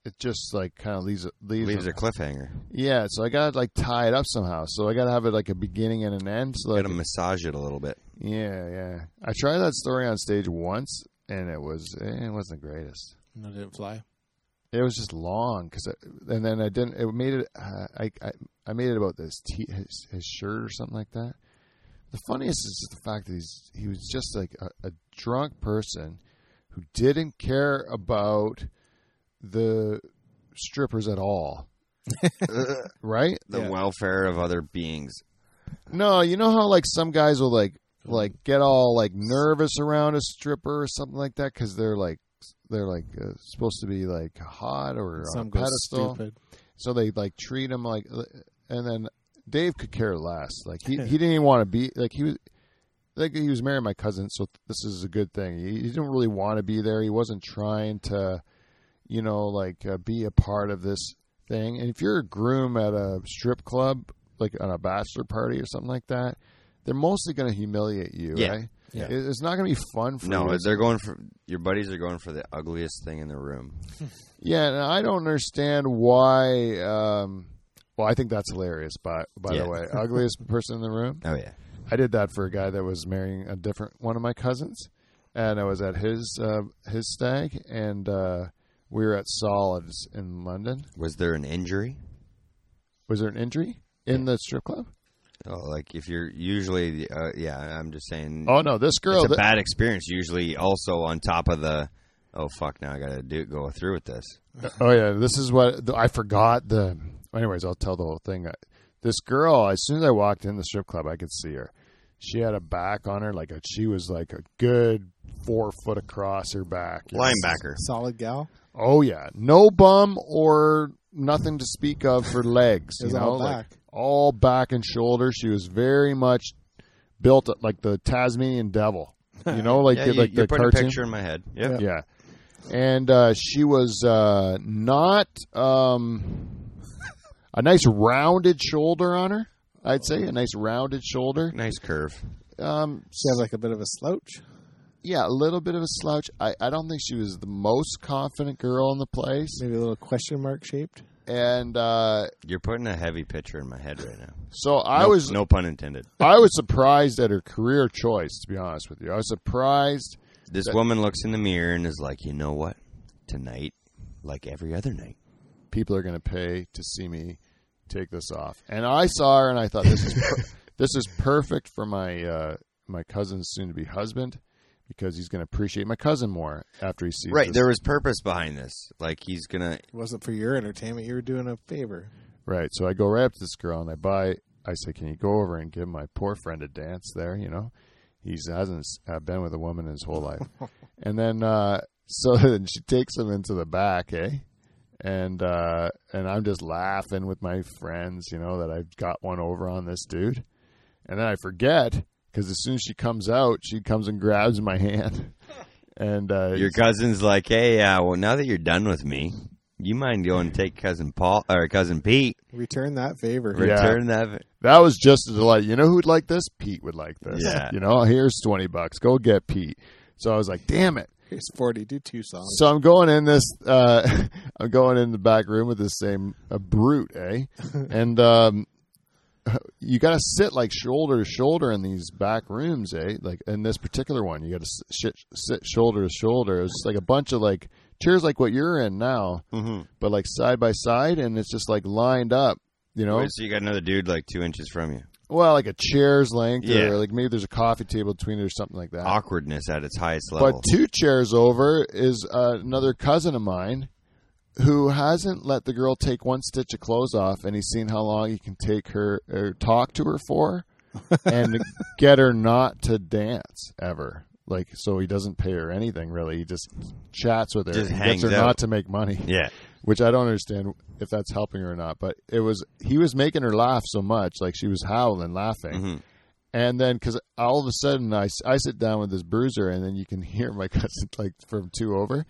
Speaker 1: it just like kind of leaves it leaves,
Speaker 3: leaves a cliffhanger.
Speaker 1: yeah. So I gotta like tie it up somehow. So I gotta have it like a beginning and an end. So
Speaker 3: Got
Speaker 1: like,
Speaker 3: to massage it a little bit.
Speaker 1: yeah, yeah. I tried that story on stage once, and it was eh, it wasn't the greatest.
Speaker 2: No, it didn't fly.
Speaker 1: It was just long because, and then I didn't. It made it. Uh, I, I I made it about this t- his, his shirt or something like that. The funniest is the fact that he's he was just like a, a drunk person who didn't care about the strippers at all,
Speaker 3: the
Speaker 1: right?
Speaker 2: Yeah.
Speaker 3: welfare of other beings.
Speaker 1: No, you know how like some guys will like like get all like nervous around a stripper or something like that because they're like they're like uh, supposed to be like hot or on
Speaker 2: Some
Speaker 1: a
Speaker 2: goes
Speaker 1: pedestal.
Speaker 2: stupid.
Speaker 1: so they like uh, treat him like and then dave could care less like he, he didn't even want to be like he was like he was marrying my cousin, so this is a good thing. He, he didn't really want to be there. He wasn't trying to, you know, like uh, be a part of this thing. And if you're a groom at a strip club, like on a bachelor party or something like that, they're mostly going to humiliate you,
Speaker 3: Yeah.
Speaker 1: right?
Speaker 2: Yeah.
Speaker 1: It- It's not going to be fun for you.
Speaker 3: No, they're going for your buddies are going for the ugliest thing in the room.
Speaker 1: Yeah, and I don't understand why. Um, well, I think that's hilarious. By by
Speaker 3: Yeah.
Speaker 1: the way, ugliest person in the room.
Speaker 3: Oh yeah,
Speaker 1: I did that for a guy that was marrying a different one of my cousins, and I was at his uh, his stag, and uh, we were at Solids in London.
Speaker 3: was there an injury?
Speaker 1: Was there an injury in the strip club?
Speaker 3: Oh, like if you're usually, uh, yeah, I'm just saying.
Speaker 1: Oh no, this girl.
Speaker 3: it's a
Speaker 1: th-
Speaker 3: bad experience. Usually, also on top of the, oh fuck, now I gotta do go through with this.
Speaker 1: oh yeah, this is what the, I forgot. The anyways, I'll tell the whole thing. I, this girl, as soon as I walked in the strip club, I could see her. She had a back on her, like a, she was like a good four foot across her back. you know?
Speaker 3: Linebacker.
Speaker 2: Solid gal.
Speaker 1: Oh yeah, no bum or nothing to speak of for legs.
Speaker 2: It was
Speaker 1: you know,
Speaker 2: all
Speaker 1: like,
Speaker 2: back.
Speaker 1: all back and shoulder. She was very much built like the Tasmanian devil. You know, like
Speaker 3: yeah,
Speaker 1: the,
Speaker 3: you,
Speaker 1: like
Speaker 3: you're
Speaker 1: the
Speaker 3: putting
Speaker 1: cartoon.
Speaker 3: a picture in my head. Yeah,
Speaker 1: Yeah. And uh, she was uh, not um, a nice rounded shoulder on her. I'd say a nice rounded shoulder.
Speaker 3: nice curve.
Speaker 1: Um,
Speaker 2: She had like a bit of a slouch.
Speaker 1: yeah, a little bit of a slouch. I, I don't think she was the most confident girl in the place.
Speaker 2: Maybe a little question mark shaped.
Speaker 1: And uh,
Speaker 3: You're putting a heavy picture in my head right now.
Speaker 1: so I
Speaker 3: No-
Speaker 1: was
Speaker 3: no pun intended.
Speaker 1: I was surprised at her career choice. To be honest with you, I was surprised.
Speaker 3: This woman looks in the mirror and is like, you know what? Tonight, like every other night,
Speaker 1: people are going to pay to see me take this off. And I saw her, and I thought this is per- this is perfect for my uh, my cousin's soon to be husband because he's going to appreciate my cousin more after he sees.
Speaker 3: right?
Speaker 1: this.
Speaker 3: There was purpose behind this. Like he's gonna
Speaker 2: It wasn't for your entertainment. You were doing a favor.
Speaker 1: right. So I go right up to this girl, and I buy. I say, "Can you go over and give my poor friend a dance there?" You know, he hasn't uh, been with a woman his whole life. and then uh, so then she takes him into the back, eh? And uh, and I'm just laughing with my friends, you know, that I've got one over on this dude. And then I forget because as soon as she comes out, she comes and grabs my hand. And uh,
Speaker 3: Your cousin's like, hey, uh, well, now that you're done with me, you mind going and take cousin Paul or cousin Pete?
Speaker 2: Return that favor.
Speaker 1: Yeah.
Speaker 3: Return that.
Speaker 1: that was just a delight. You know who'd like this? Pete would like this.
Speaker 3: Yeah.
Speaker 1: You know, here's twenty bucks. Go get Pete. So I was like, damn it.
Speaker 2: Here's 40. Do two songs.
Speaker 1: So I'm going in this. Uh, I'm going in the back room with this same uh, brute, eh? And um, you got to sit like shoulder to shoulder in these back rooms, eh? Like in this particular one, you got to sit, sit shoulder to shoulder. It was just like a bunch of like chairs, like what you're in now,
Speaker 3: Mm-hmm.
Speaker 1: but like side by side, and it's just like lined up. You know,
Speaker 3: so you got another dude like two inches from you.
Speaker 1: well, like a chair's length,
Speaker 3: Yeah.
Speaker 1: or like maybe there's a coffee table between it or something like that.
Speaker 3: Awkwardness at its highest level.
Speaker 1: Uh, But two chairs over is uh, another cousin of mine who hasn't let the girl take one stitch of clothes off, and he's seen how long he can take her or talk to her for, and get her not to dance ever. Like so, he doesn't pay her anything really. He just chats with her,
Speaker 3: Just
Speaker 1: and
Speaker 3: hangs
Speaker 1: gets her
Speaker 3: out.
Speaker 1: not to make money
Speaker 3: yeah.
Speaker 1: which I don't understand if that's helping her or not. But it was he was making her laugh so much, like she was howling, laughing,
Speaker 3: Mhm.
Speaker 1: and then because all of a sudden I, s- I sit down with this bruiser, and then you can hear my cousin like from two over.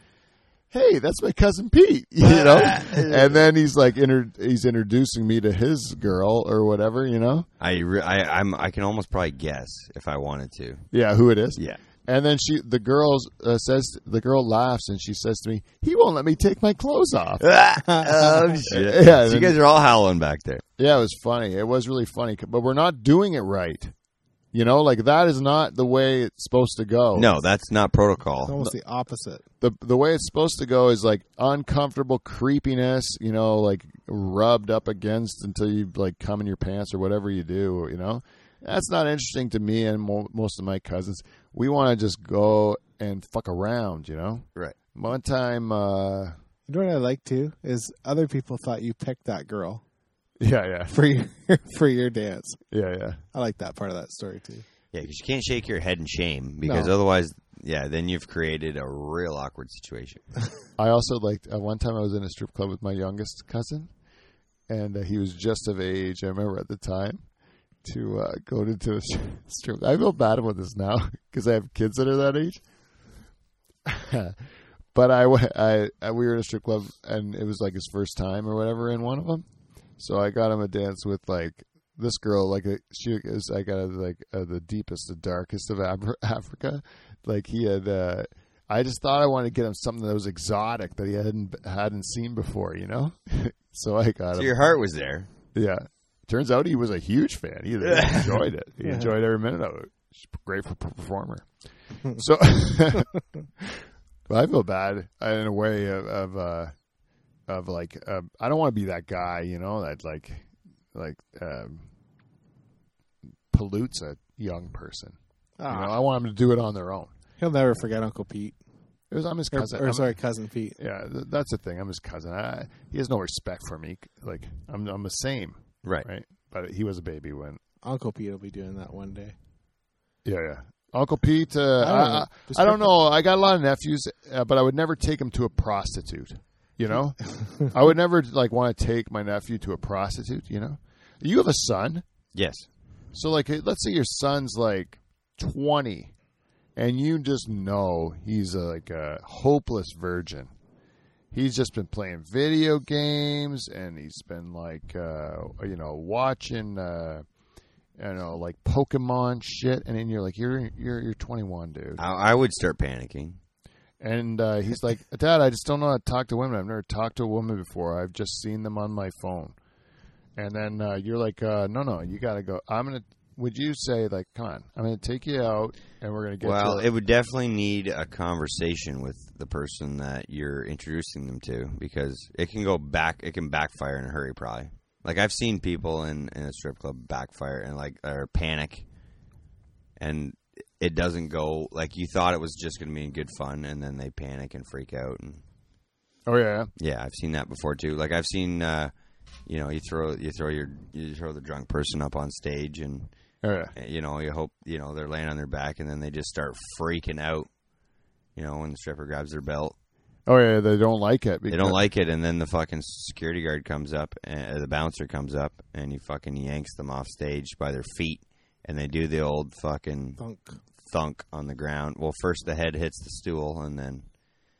Speaker 1: Hey, that's my cousin Pete, you know. and then he's like, inter- he's introducing me to his girl or whatever, you know.
Speaker 3: I, re- I, I'm, I can almost probably guess if I wanted to.
Speaker 1: Yeah, who it is?
Speaker 3: Yeah.
Speaker 1: And then she, the girl uh, says, the girl laughs, and she says to me, "He won't let me take my clothes off."
Speaker 3: oh, shit.
Speaker 1: Yeah,
Speaker 3: so you
Speaker 1: then-
Speaker 3: guys are all howling back there.
Speaker 1: Yeah, it was funny. It was really funny, c- but we're not doing it right. You know, like that is not the way it's supposed to go.
Speaker 3: No, that's not
Speaker 2: It's
Speaker 3: protocol.
Speaker 2: almost the opposite.
Speaker 1: the the way it's supposed to go is like uncomfortable creepiness. You know, like rubbed up against until you like come in your pants or whatever you do. You know, that's not interesting to me and mo- most of my cousins. We want to just go and fuck around. You know,
Speaker 3: Right.
Speaker 1: One time, uh,
Speaker 2: You know what I like too is other people thought you picked that girl
Speaker 1: yeah, yeah,
Speaker 2: for your for your dance.
Speaker 1: yeah, yeah.
Speaker 2: I like that part of that story too.
Speaker 3: Yeah, because you can't shake your head in shame because
Speaker 2: No.
Speaker 3: otherwise, yeah, then you've created a real awkward situation.
Speaker 1: I also liked uh, one time I was in a strip club with my youngest cousin, and uh, he was just of age. I remember at the time, to uh, go into a strip. I feel bad about this now because I have kids that are that age. but I, went- I, I, we were in a strip club and it was like his first time or whatever in one of them. So I got him a dance with like this girl, like uh, she is. I got uh, like uh, the deepest, the darkest of Ab- Africa. Like he had. Uh, I just thought I wanted to get him something that was exotic that he hadn't hadn't seen before, you know. so I got
Speaker 3: So
Speaker 1: him.
Speaker 3: your heart was there.
Speaker 1: Yeah. Turns out he was a huge fan. He
Speaker 3: Yeah.
Speaker 1: enjoyed it. He
Speaker 2: Yeah.
Speaker 1: enjoyed every minute of it. He's a great p- performer. So, but I feel bad uh, in a way of, of, uh, of like, uh, I don't want to be that guy, you know, that like, like, um, pollutes a young person. You know,
Speaker 2: Ah,
Speaker 1: I want them to do it on their own.
Speaker 2: he'll never forget Uncle Pete.
Speaker 1: It was, I'm his
Speaker 2: Or,
Speaker 1: cousin.
Speaker 2: or
Speaker 1: I'm-
Speaker 2: sorry, cousin Pete.
Speaker 1: Yeah, th- that's the thing. I'm his cousin. I, he has no respect for me. Like, I'm, I'm the same,
Speaker 3: Right.
Speaker 1: right? But he was a baby when
Speaker 2: Uncle Pete will be doing that one day.
Speaker 1: Yeah, yeah. Uncle Pete, uh,
Speaker 2: I don't know.
Speaker 1: I,
Speaker 2: Just
Speaker 1: I, I don't
Speaker 2: pick
Speaker 1: know. I got a lot of nephews, uh, but I would never take him to a prostitute. You know, I would never like want to take my nephew to a prostitute. You know, you have a son,
Speaker 3: Yes.
Speaker 1: so like, uh, let's say your son's like twenty, and you just know he's a, like a hopeless virgin. He's just been playing video games, and he's been like, uh, you know, watching. Uh, I don't know, like Pokemon shit, and then you're like, you're you're you're 21, dude,
Speaker 3: I, I would start panicking.
Speaker 1: and uh, he's like, Dad, I just don't know how to talk to women. I've never talked to a woman before. I've just seen them on my phone, and then uh, you're like, uh, No, no, you got to go. I'm gonna. Would you say like, Come on, I'm gonna take you out, and we're gonna get.
Speaker 3: well,
Speaker 1: you a-"
Speaker 3: it would definitely need a conversation with the person that you're introducing them to because it can go back. It can backfire in a hurry, probably. Like I've seen people in, in a strip club backfire and like or panic, and it doesn't go like you thought it was just going to be in good fun, and then they panic and freak out. And
Speaker 1: oh yeah,
Speaker 3: yeah, I've seen that before too. Like I've seen, uh, you know, you throw you throw your you throw the drunk person up on stage and
Speaker 1: oh yeah.
Speaker 3: you know, you hope, you know, they're laying on their back and then they just start freaking out, you know, when the stripper grabs their belt.
Speaker 1: Oh yeah, they don't like it.
Speaker 3: They don't like it. And then the fucking security guard comes up, and uh, the bouncer comes up, and he fucking yanks them off stage by their feet. And they do the old fucking
Speaker 2: Thunk.
Speaker 3: thunk on the ground. Well, first the head hits the stool, and then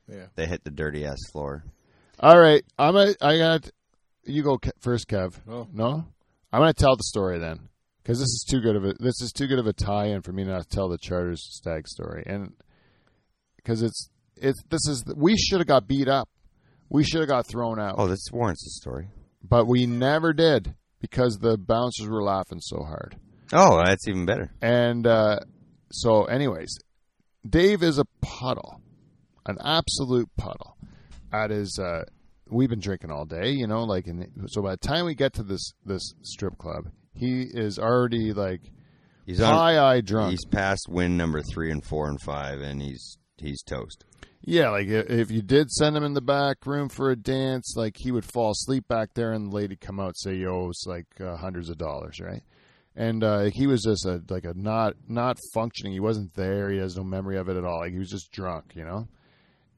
Speaker 2: Yeah.
Speaker 3: they hit the dirty ass floor.
Speaker 1: All right, I'm a. I got. You go Ke- first, Kev.
Speaker 2: Oh.
Speaker 1: No, I'm gonna tell the story then, because this is too good of a this is too good of a tie-in for me not to tell the charters stag story, and because it's it's this is we should have got beat up, we should have got thrown out,
Speaker 3: Oh, this warrants a story.
Speaker 1: but we never did because the bouncers were laughing so hard.
Speaker 3: Oh, that's even better.
Speaker 1: And uh, so, anyways, Dave is a puddle, an absolute puddle. At his, uh, we've been drinking all day, you know, like, and so by the time we get to this this strip club, he is already like
Speaker 3: He's on.
Speaker 1: high eye drunk.
Speaker 3: He's past win number three and four and five, and he's he's toast.
Speaker 1: Yeah, like i- if you did send him in the back room for a dance, like he would fall asleep back there, and the lady come out and say, "Yo, it's like uh, hundreds of dollars, right?" And uh, he was just a like a not not functioning. He wasn't there. He has no memory of it at all. Like he was just drunk, you know.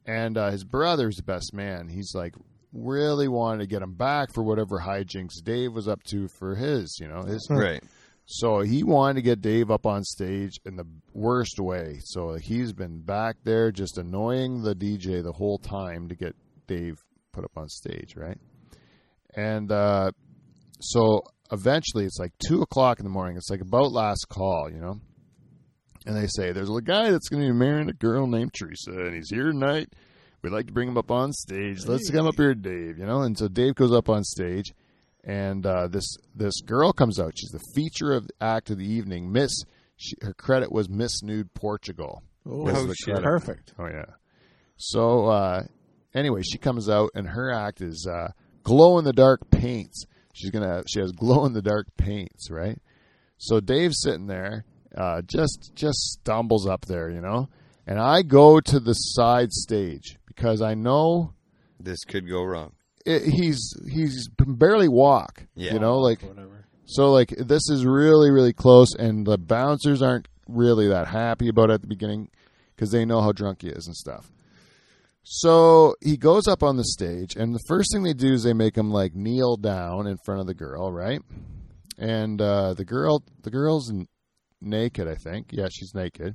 Speaker 1: And uh, his brother's the best man. He's like really wanted to get him back for whatever hijinks Dave was up to for his, you know, his
Speaker 3: Right.
Speaker 1: so he wanted to get Dave up on stage in the worst way. So he's been back there just annoying the DJ the whole time to get Dave put up on stage, right? And uh, so eventually it's like two o'clock in the morning. It's like about last call, you know? And they say, There's a guy that's going to be marrying a girl named Teresa, and he's here tonight. We'd like to bring him up on stage. Let's come up here, Dave, you know? And so Dave goes up on stage, and uh, this this girl comes out. She's the feature of act of the evening. Miss, she, her credit was Miss Nude Portugal.
Speaker 2: Oh,
Speaker 1: That's the shit. credit.
Speaker 2: Perfect.
Speaker 1: Oh yeah. So uh, anyway, she comes out and her act is uh, glow in the dark paints. She's gonna she has glow in the dark paints, right? So Dave's sitting there, uh, just just stumbles up there, you know. And I go to the side stage because I know
Speaker 3: This could go wrong.
Speaker 1: it, he's he's can barely walk.
Speaker 3: Yeah.
Speaker 1: You know, like
Speaker 2: Whatever.
Speaker 1: so like this is really really close, and the bouncers aren't really that happy about it at the beginning because they know how drunk he is and stuff. So he goes up on the stage, and the first thing they do is they make him like kneel down in front of the girl, right? and uh, the girl the girl's n- naked i think yeah she's naked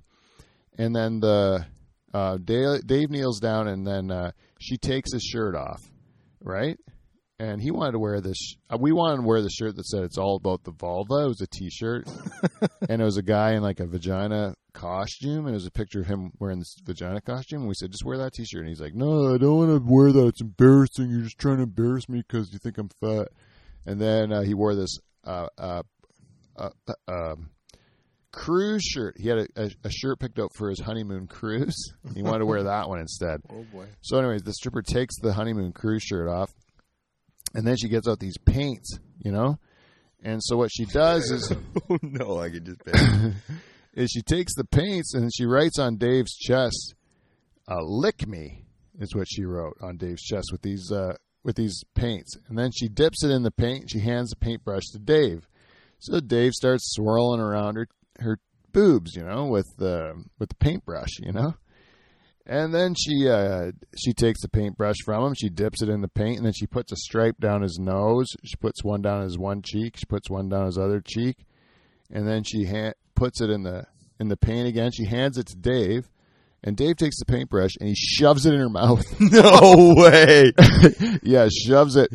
Speaker 1: and then the uh, dave, dave kneels down and then uh, she takes his shirt off right and he wanted to wear this sh- uh, we wanted to wear the shirt that said it's all about the vulva it was a t-shirt and it was a guy in like a vagina costume and it was a picture of him wearing this vagina costume and we said just wear that t-shirt and he's like no i don't want to wear that it's embarrassing you're just trying to embarrass me because you think i'm fat and then uh, he wore this uh, uh, uh, uh, um, cruise shirt he had a, a, a shirt picked out for his honeymoon cruise he wanted to wear that one instead
Speaker 2: Oh boy.
Speaker 1: so, anyways, the stripper takes the honeymoon cruise shirt off, and then she gets out these paints, you know. And so what she does is
Speaker 3: oh no, I could just picture.
Speaker 1: is she takes the paints and she writes on Dave's chest, uh, "Lick me," is what she wrote on Dave's chest with these uh, with these paints. And then she dips it in the paint. And she hands the paintbrush to Dave. So Dave starts swirling around her her boobs, you know, with the with the paintbrush, you know. And then she uh, she takes the paintbrush from him. She dips it in the paint, and then she puts a stripe down his nose. She puts one down his one cheek. She puts one down his other cheek, and then she ha- puts it in the in the paint again. She hands it to Dave, and Dave takes the paintbrush and he shoves it in her mouth.
Speaker 3: no way.
Speaker 1: yeah, shoves it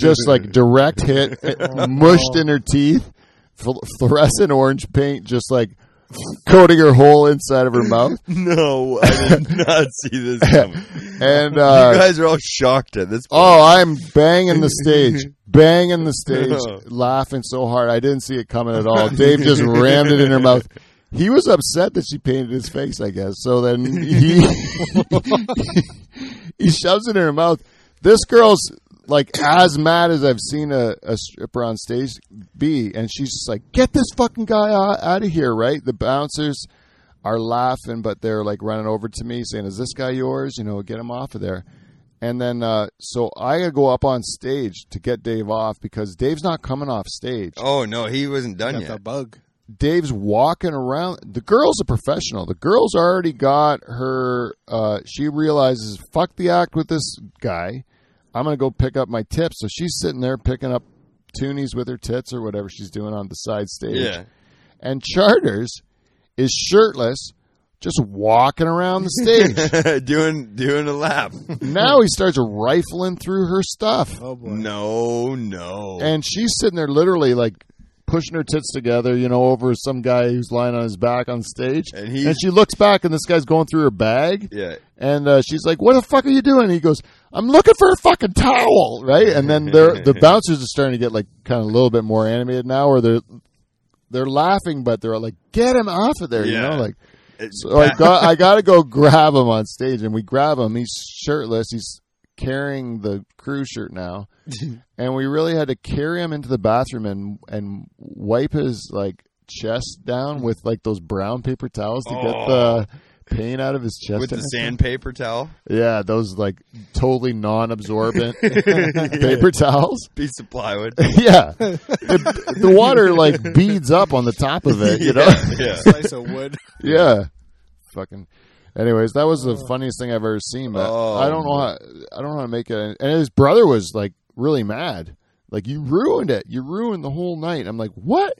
Speaker 1: just like direct hit, mushed in her teeth, fl- fluorescent orange paint, just like coating her whole inside of her mouth.
Speaker 3: No, I did not see this coming.
Speaker 1: And
Speaker 3: you
Speaker 1: uh,
Speaker 3: guys are all shocked at this. Point.
Speaker 1: oh, I'm banging the stage, banging the stage, laughing so hard I didn't see it coming at all. Dave just rammed it in her mouth. He was upset that she painted his face, I guess. So then he he shoves it in her mouth. This girl's like as mad as I've seen a, a stripper on stage be, and she's just like, "Get this fucking guy out of here!" Right? The bouncers are laughing, but they're like running over to me saying, "Is this guy yours?" You know, get him off of there. And then, uh, so I gotta go up on stage to get Dave off because Dave's not coming off stage.
Speaker 3: Oh no, he wasn't done
Speaker 2: Got the
Speaker 3: yet.
Speaker 2: bug.
Speaker 1: Dave's walking around. The girl's a professional. The girl's already got her. Uh, she realizes, fuck the act with this guy. I'm gonna go pick up my tips. So she's sitting there picking up toonies with her tits or whatever she's doing on the side stage.
Speaker 3: Yeah.
Speaker 1: And Charters is shirtless, just walking around the stage.
Speaker 3: doing doing a lap.
Speaker 1: now he starts rifling through her stuff.
Speaker 2: Oh boy.
Speaker 3: No, no.
Speaker 1: and she's sitting there literally like pushing her tits together, you know, over some guy who's lying on his back on stage.
Speaker 3: And he's-
Speaker 1: and she looks back, and this guy's going through her bag,
Speaker 3: yeah.
Speaker 1: and uh, she's like, "What the fuck are you doing?" He goes, "I'm looking for a fucking towel, right?" And then they're, the bouncers are starting to get like kind of a little bit more animated now, where they're they're laughing, but they're like, "Get him off of there," you
Speaker 3: Yeah.
Speaker 1: know, like.
Speaker 3: It-
Speaker 1: So I got I got to go grab him on stage, and we grab him. He's shirtless. He's carrying the crew shirt now, and we really had to carry him into the bathroom and and wipe his like chest down with like those brown paper towels to get
Speaker 3: Oh.
Speaker 1: the paint out of his chest.
Speaker 3: with the
Speaker 1: and everything.
Speaker 3: sandpaper towel,
Speaker 1: yeah, those like totally non-absorbent paper towels.
Speaker 3: piece of plywood.
Speaker 1: yeah, the, the water like beads up on the top of it. You know.
Speaker 3: yeah.
Speaker 2: Slice of wood.
Speaker 1: Yeah. Fucking. Anyways, that was the funniest thing I've ever seen. But
Speaker 3: Oh,
Speaker 1: I don't know. How, I don't know how to make it. And his brother was like really mad. Like you ruined it. You ruined the whole night. I'm like, what?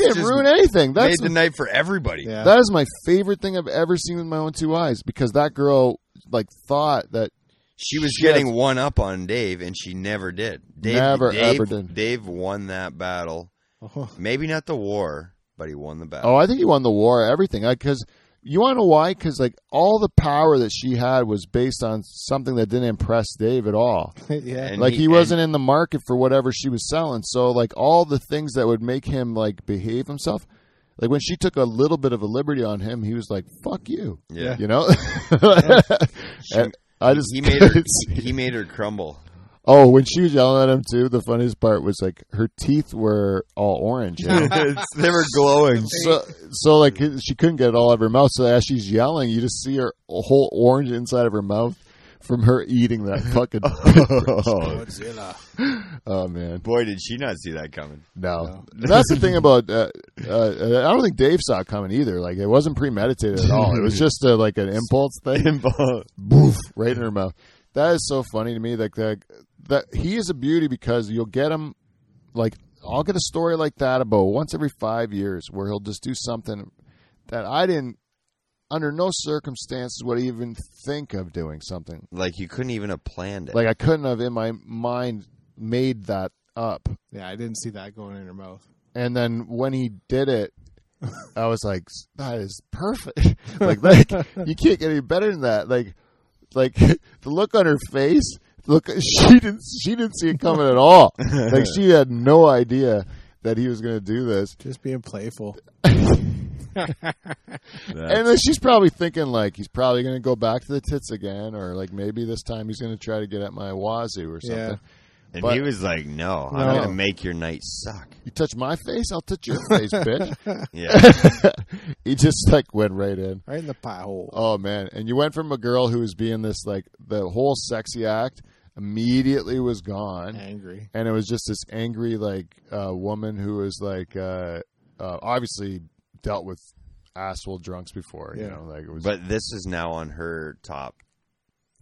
Speaker 1: you didn't
Speaker 3: just
Speaker 1: ruin anything. That's
Speaker 3: made the night for everybody.
Speaker 2: Yeah.
Speaker 1: that is my favorite thing I've ever seen with my own two eyes because that girl like thought that
Speaker 3: She was
Speaker 1: Shit.
Speaker 3: getting one up on Dave, and she never did. Dave,
Speaker 1: Never,
Speaker 3: Dave,
Speaker 1: ever did.
Speaker 3: Dave won that battle.
Speaker 2: Oh,
Speaker 3: Maybe not the war, but he won the battle.
Speaker 1: Oh, I think he won the war, everything. Because you want to know why? Because like all the power that she had was based on something that didn't impress Dave at all.
Speaker 2: yeah.
Speaker 3: And
Speaker 1: like he,
Speaker 3: and-
Speaker 1: wasn't in the market for whatever she was selling. So like all the things that would make him like behave himself, like when she took a little bit of a liberty on him, he was like, "Fuck you,"
Speaker 3: Yeah.
Speaker 1: you know. And I just
Speaker 3: He made her.
Speaker 1: couldn't see-
Speaker 3: he made her crumble.
Speaker 1: oh, when she was yelling at him too, the funniest part was like her teeth were all orange. you know?
Speaker 3: It's- they were glowing.
Speaker 1: So, so like she couldn't get it all out of her mouth. So as she's yelling, you just see her whole orange inside of her mouth from her eating that fucking.
Speaker 2: Godzilla.
Speaker 1: oh man,
Speaker 3: Boy, did she not see that coming.
Speaker 1: No, that's the thing about. Uh, uh, I don't think Dave saw it coming either. Like it wasn't premeditated at all. It was just a, like an impulse thing. Boof, right in her mouth. That is so funny to me. Like that, that he is a beauty because you'll get him like I'll get a story like that about once every five years where he'll just do something that I didn't, under no circumstances, would even think of doing something.
Speaker 3: Like you couldn't even have planned it.
Speaker 1: Like I couldn't have in my mind made that up.
Speaker 2: Yeah, I didn't see that going in her mouth.
Speaker 1: And then when he did it, I was like, that is perfect. like, like you can't get any better than that. Like, like the look on her face. Look, she didn't. She didn't see it coming at all. Like she had no idea that he was going to do this.
Speaker 2: Just being playful.
Speaker 1: and then she's probably thinking like he's probably going to go back to the tits again, or like maybe this time he's going to try to get at my wazoo or something.
Speaker 2: Yeah.
Speaker 3: and
Speaker 1: but-
Speaker 3: he was like, "No,
Speaker 2: No.
Speaker 3: I'm gonna make your night suck."
Speaker 1: You touch my face, I'll touch your face, bitch.
Speaker 3: Yeah,
Speaker 1: he just like went right in.
Speaker 2: Right in the pothole.
Speaker 1: Oh man! And you went from a girl who was being this like the whole sexy act immediately was gone,
Speaker 2: Angry.
Speaker 1: and it was just this angry like uh, woman who was like uh, uh, obviously dealt with asshole drunks before. You
Speaker 2: Yeah.
Speaker 1: know, like it was.
Speaker 3: but this is now on her top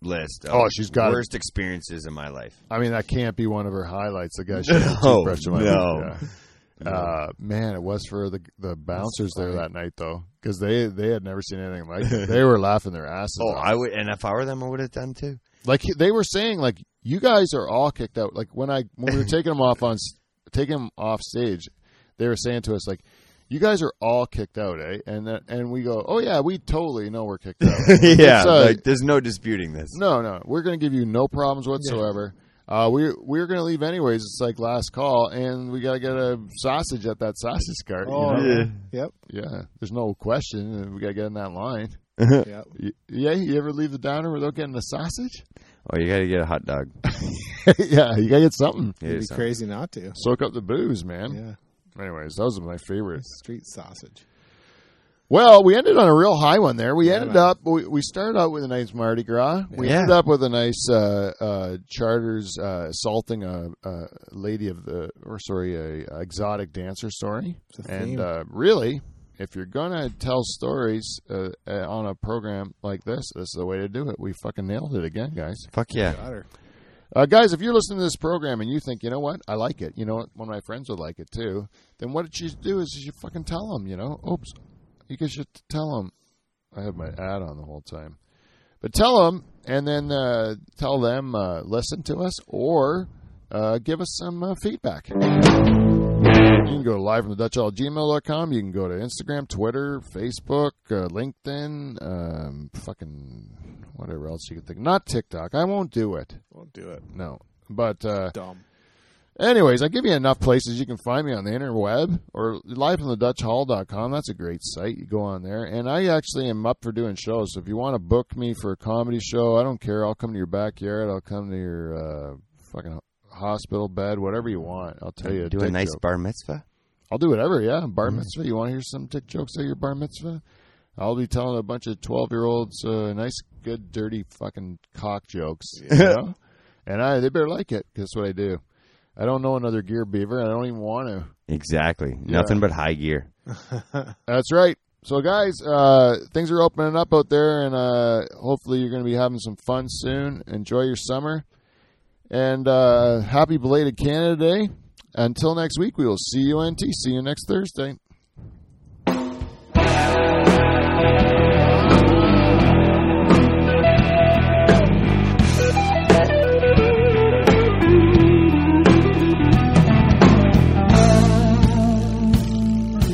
Speaker 3: list. Of
Speaker 1: Oh, she's got it.
Speaker 3: worst experiences in my life.
Speaker 1: I mean, that can't be one of her highlights. The guy shoved a
Speaker 3: No,
Speaker 1: toothbrush in my
Speaker 3: no.
Speaker 1: mouth, yeah. Uh, man, it was for the the bouncers there that night though, because they they had never seen anything like it. They were laughing their asses
Speaker 3: Oh,
Speaker 1: off.
Speaker 3: I would, and if I were them, I would have done too.
Speaker 1: like he- they were saying like you guys are all kicked out like when i when we were taking them off on s- taking them off stage they were saying to us like you guys are all kicked out eh and then, and we go oh yeah we totally know we're kicked out
Speaker 3: yeah,
Speaker 1: It's, uh,
Speaker 3: like there's no disputing this.
Speaker 1: no no we're gonna give you no problems whatsoever uh, we we're gonna leave anyways it's like last call and we gotta get a sausage at that sausage cart you
Speaker 2: Oh,
Speaker 1: know?
Speaker 3: Yeah.
Speaker 2: Yep.
Speaker 1: yeah there's no question and we gotta get in that line
Speaker 2: Yep.
Speaker 1: Y- yeah you ever leave the downer without getting a sausage
Speaker 3: Oh, you got to get a hot dog.
Speaker 1: yeah you gotta get something
Speaker 3: Yeah,
Speaker 2: It'd be
Speaker 3: so-
Speaker 2: crazy not to.
Speaker 1: soak up the booze man
Speaker 2: Yeah.
Speaker 1: Anyways, those are my favorites.
Speaker 2: Street sausage.
Speaker 1: Well, we ended on a real high one there. We
Speaker 2: Yeah,
Speaker 1: ended
Speaker 2: man.
Speaker 1: up we, we started out with a nice Mardi Gras. We
Speaker 3: Yeah.
Speaker 1: ended up with a nice uh, uh, charters uh, assaulting a, a lady of the or sorry a, exotic dancer story.
Speaker 2: It's a
Speaker 1: And
Speaker 2: theme.
Speaker 1: uh, really, if you're gonna tell stories uh, uh, on a program like this, this is the way to do it. We fucking nailed it again, guys.
Speaker 3: Fuck yeah.
Speaker 2: Got her.
Speaker 1: Uh, guys, if you're listening to this program and you think, you know what, I like it, you know what, one of my friends would like it too, then what you should do is you should fucking tell them, you know, oops, you guys should tell them. I have my ad on the whole time. But tell them, and then uh, tell them, uh, listen to us, or uh, give us some uh, feedback. You can go to live from the Dutch You can go to Instagram, Twitter, Facebook, uh, LinkedIn, um, fucking whatever else you can think. Not TikTok. I won't do it.
Speaker 2: Won't do it.
Speaker 1: No. But uh,
Speaker 2: Dumb.
Speaker 1: anyways, I give you enough places you can find me on the interweb or liveonthedutchhall.com. That's a great site. You go on there. And I actually am up for doing shows. So if you want to book me for a comedy show, I don't care. I'll come to your backyard. I'll come to your uh, fucking hospital bed, whatever you want. I'll tell you.
Speaker 3: Do a
Speaker 1: dick
Speaker 3: nice
Speaker 1: joke.
Speaker 3: bar mitzvah.
Speaker 1: I'll do whatever. Yeah, bar mitzvah. You want to hear some dick jokes at your bar mitzvah? I'll be telling a bunch of twelve-year-olds uh, nice, good, dirty fucking cock jokes. You know? and I they better like it. 'cause That's what I do. I don't know another gear beaver. and I don't even want to.
Speaker 3: Exactly.
Speaker 1: Yeah.
Speaker 3: Nothing but high gear.
Speaker 1: That's right. So, guys, uh, things are opening up out there, and uh, hopefully, you're going to be having some fun soon. Enjoy your summer, and uh, happy belated Canada Day. Until next week, we will see you, NT. See you next Thursday.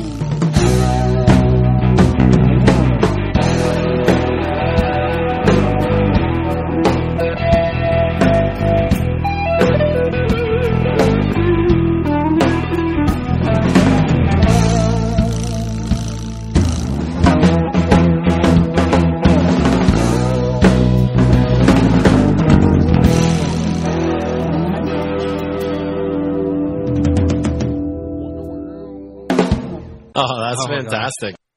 Speaker 4: Oh, that's
Speaker 2: Oh my God.
Speaker 4: fantastic.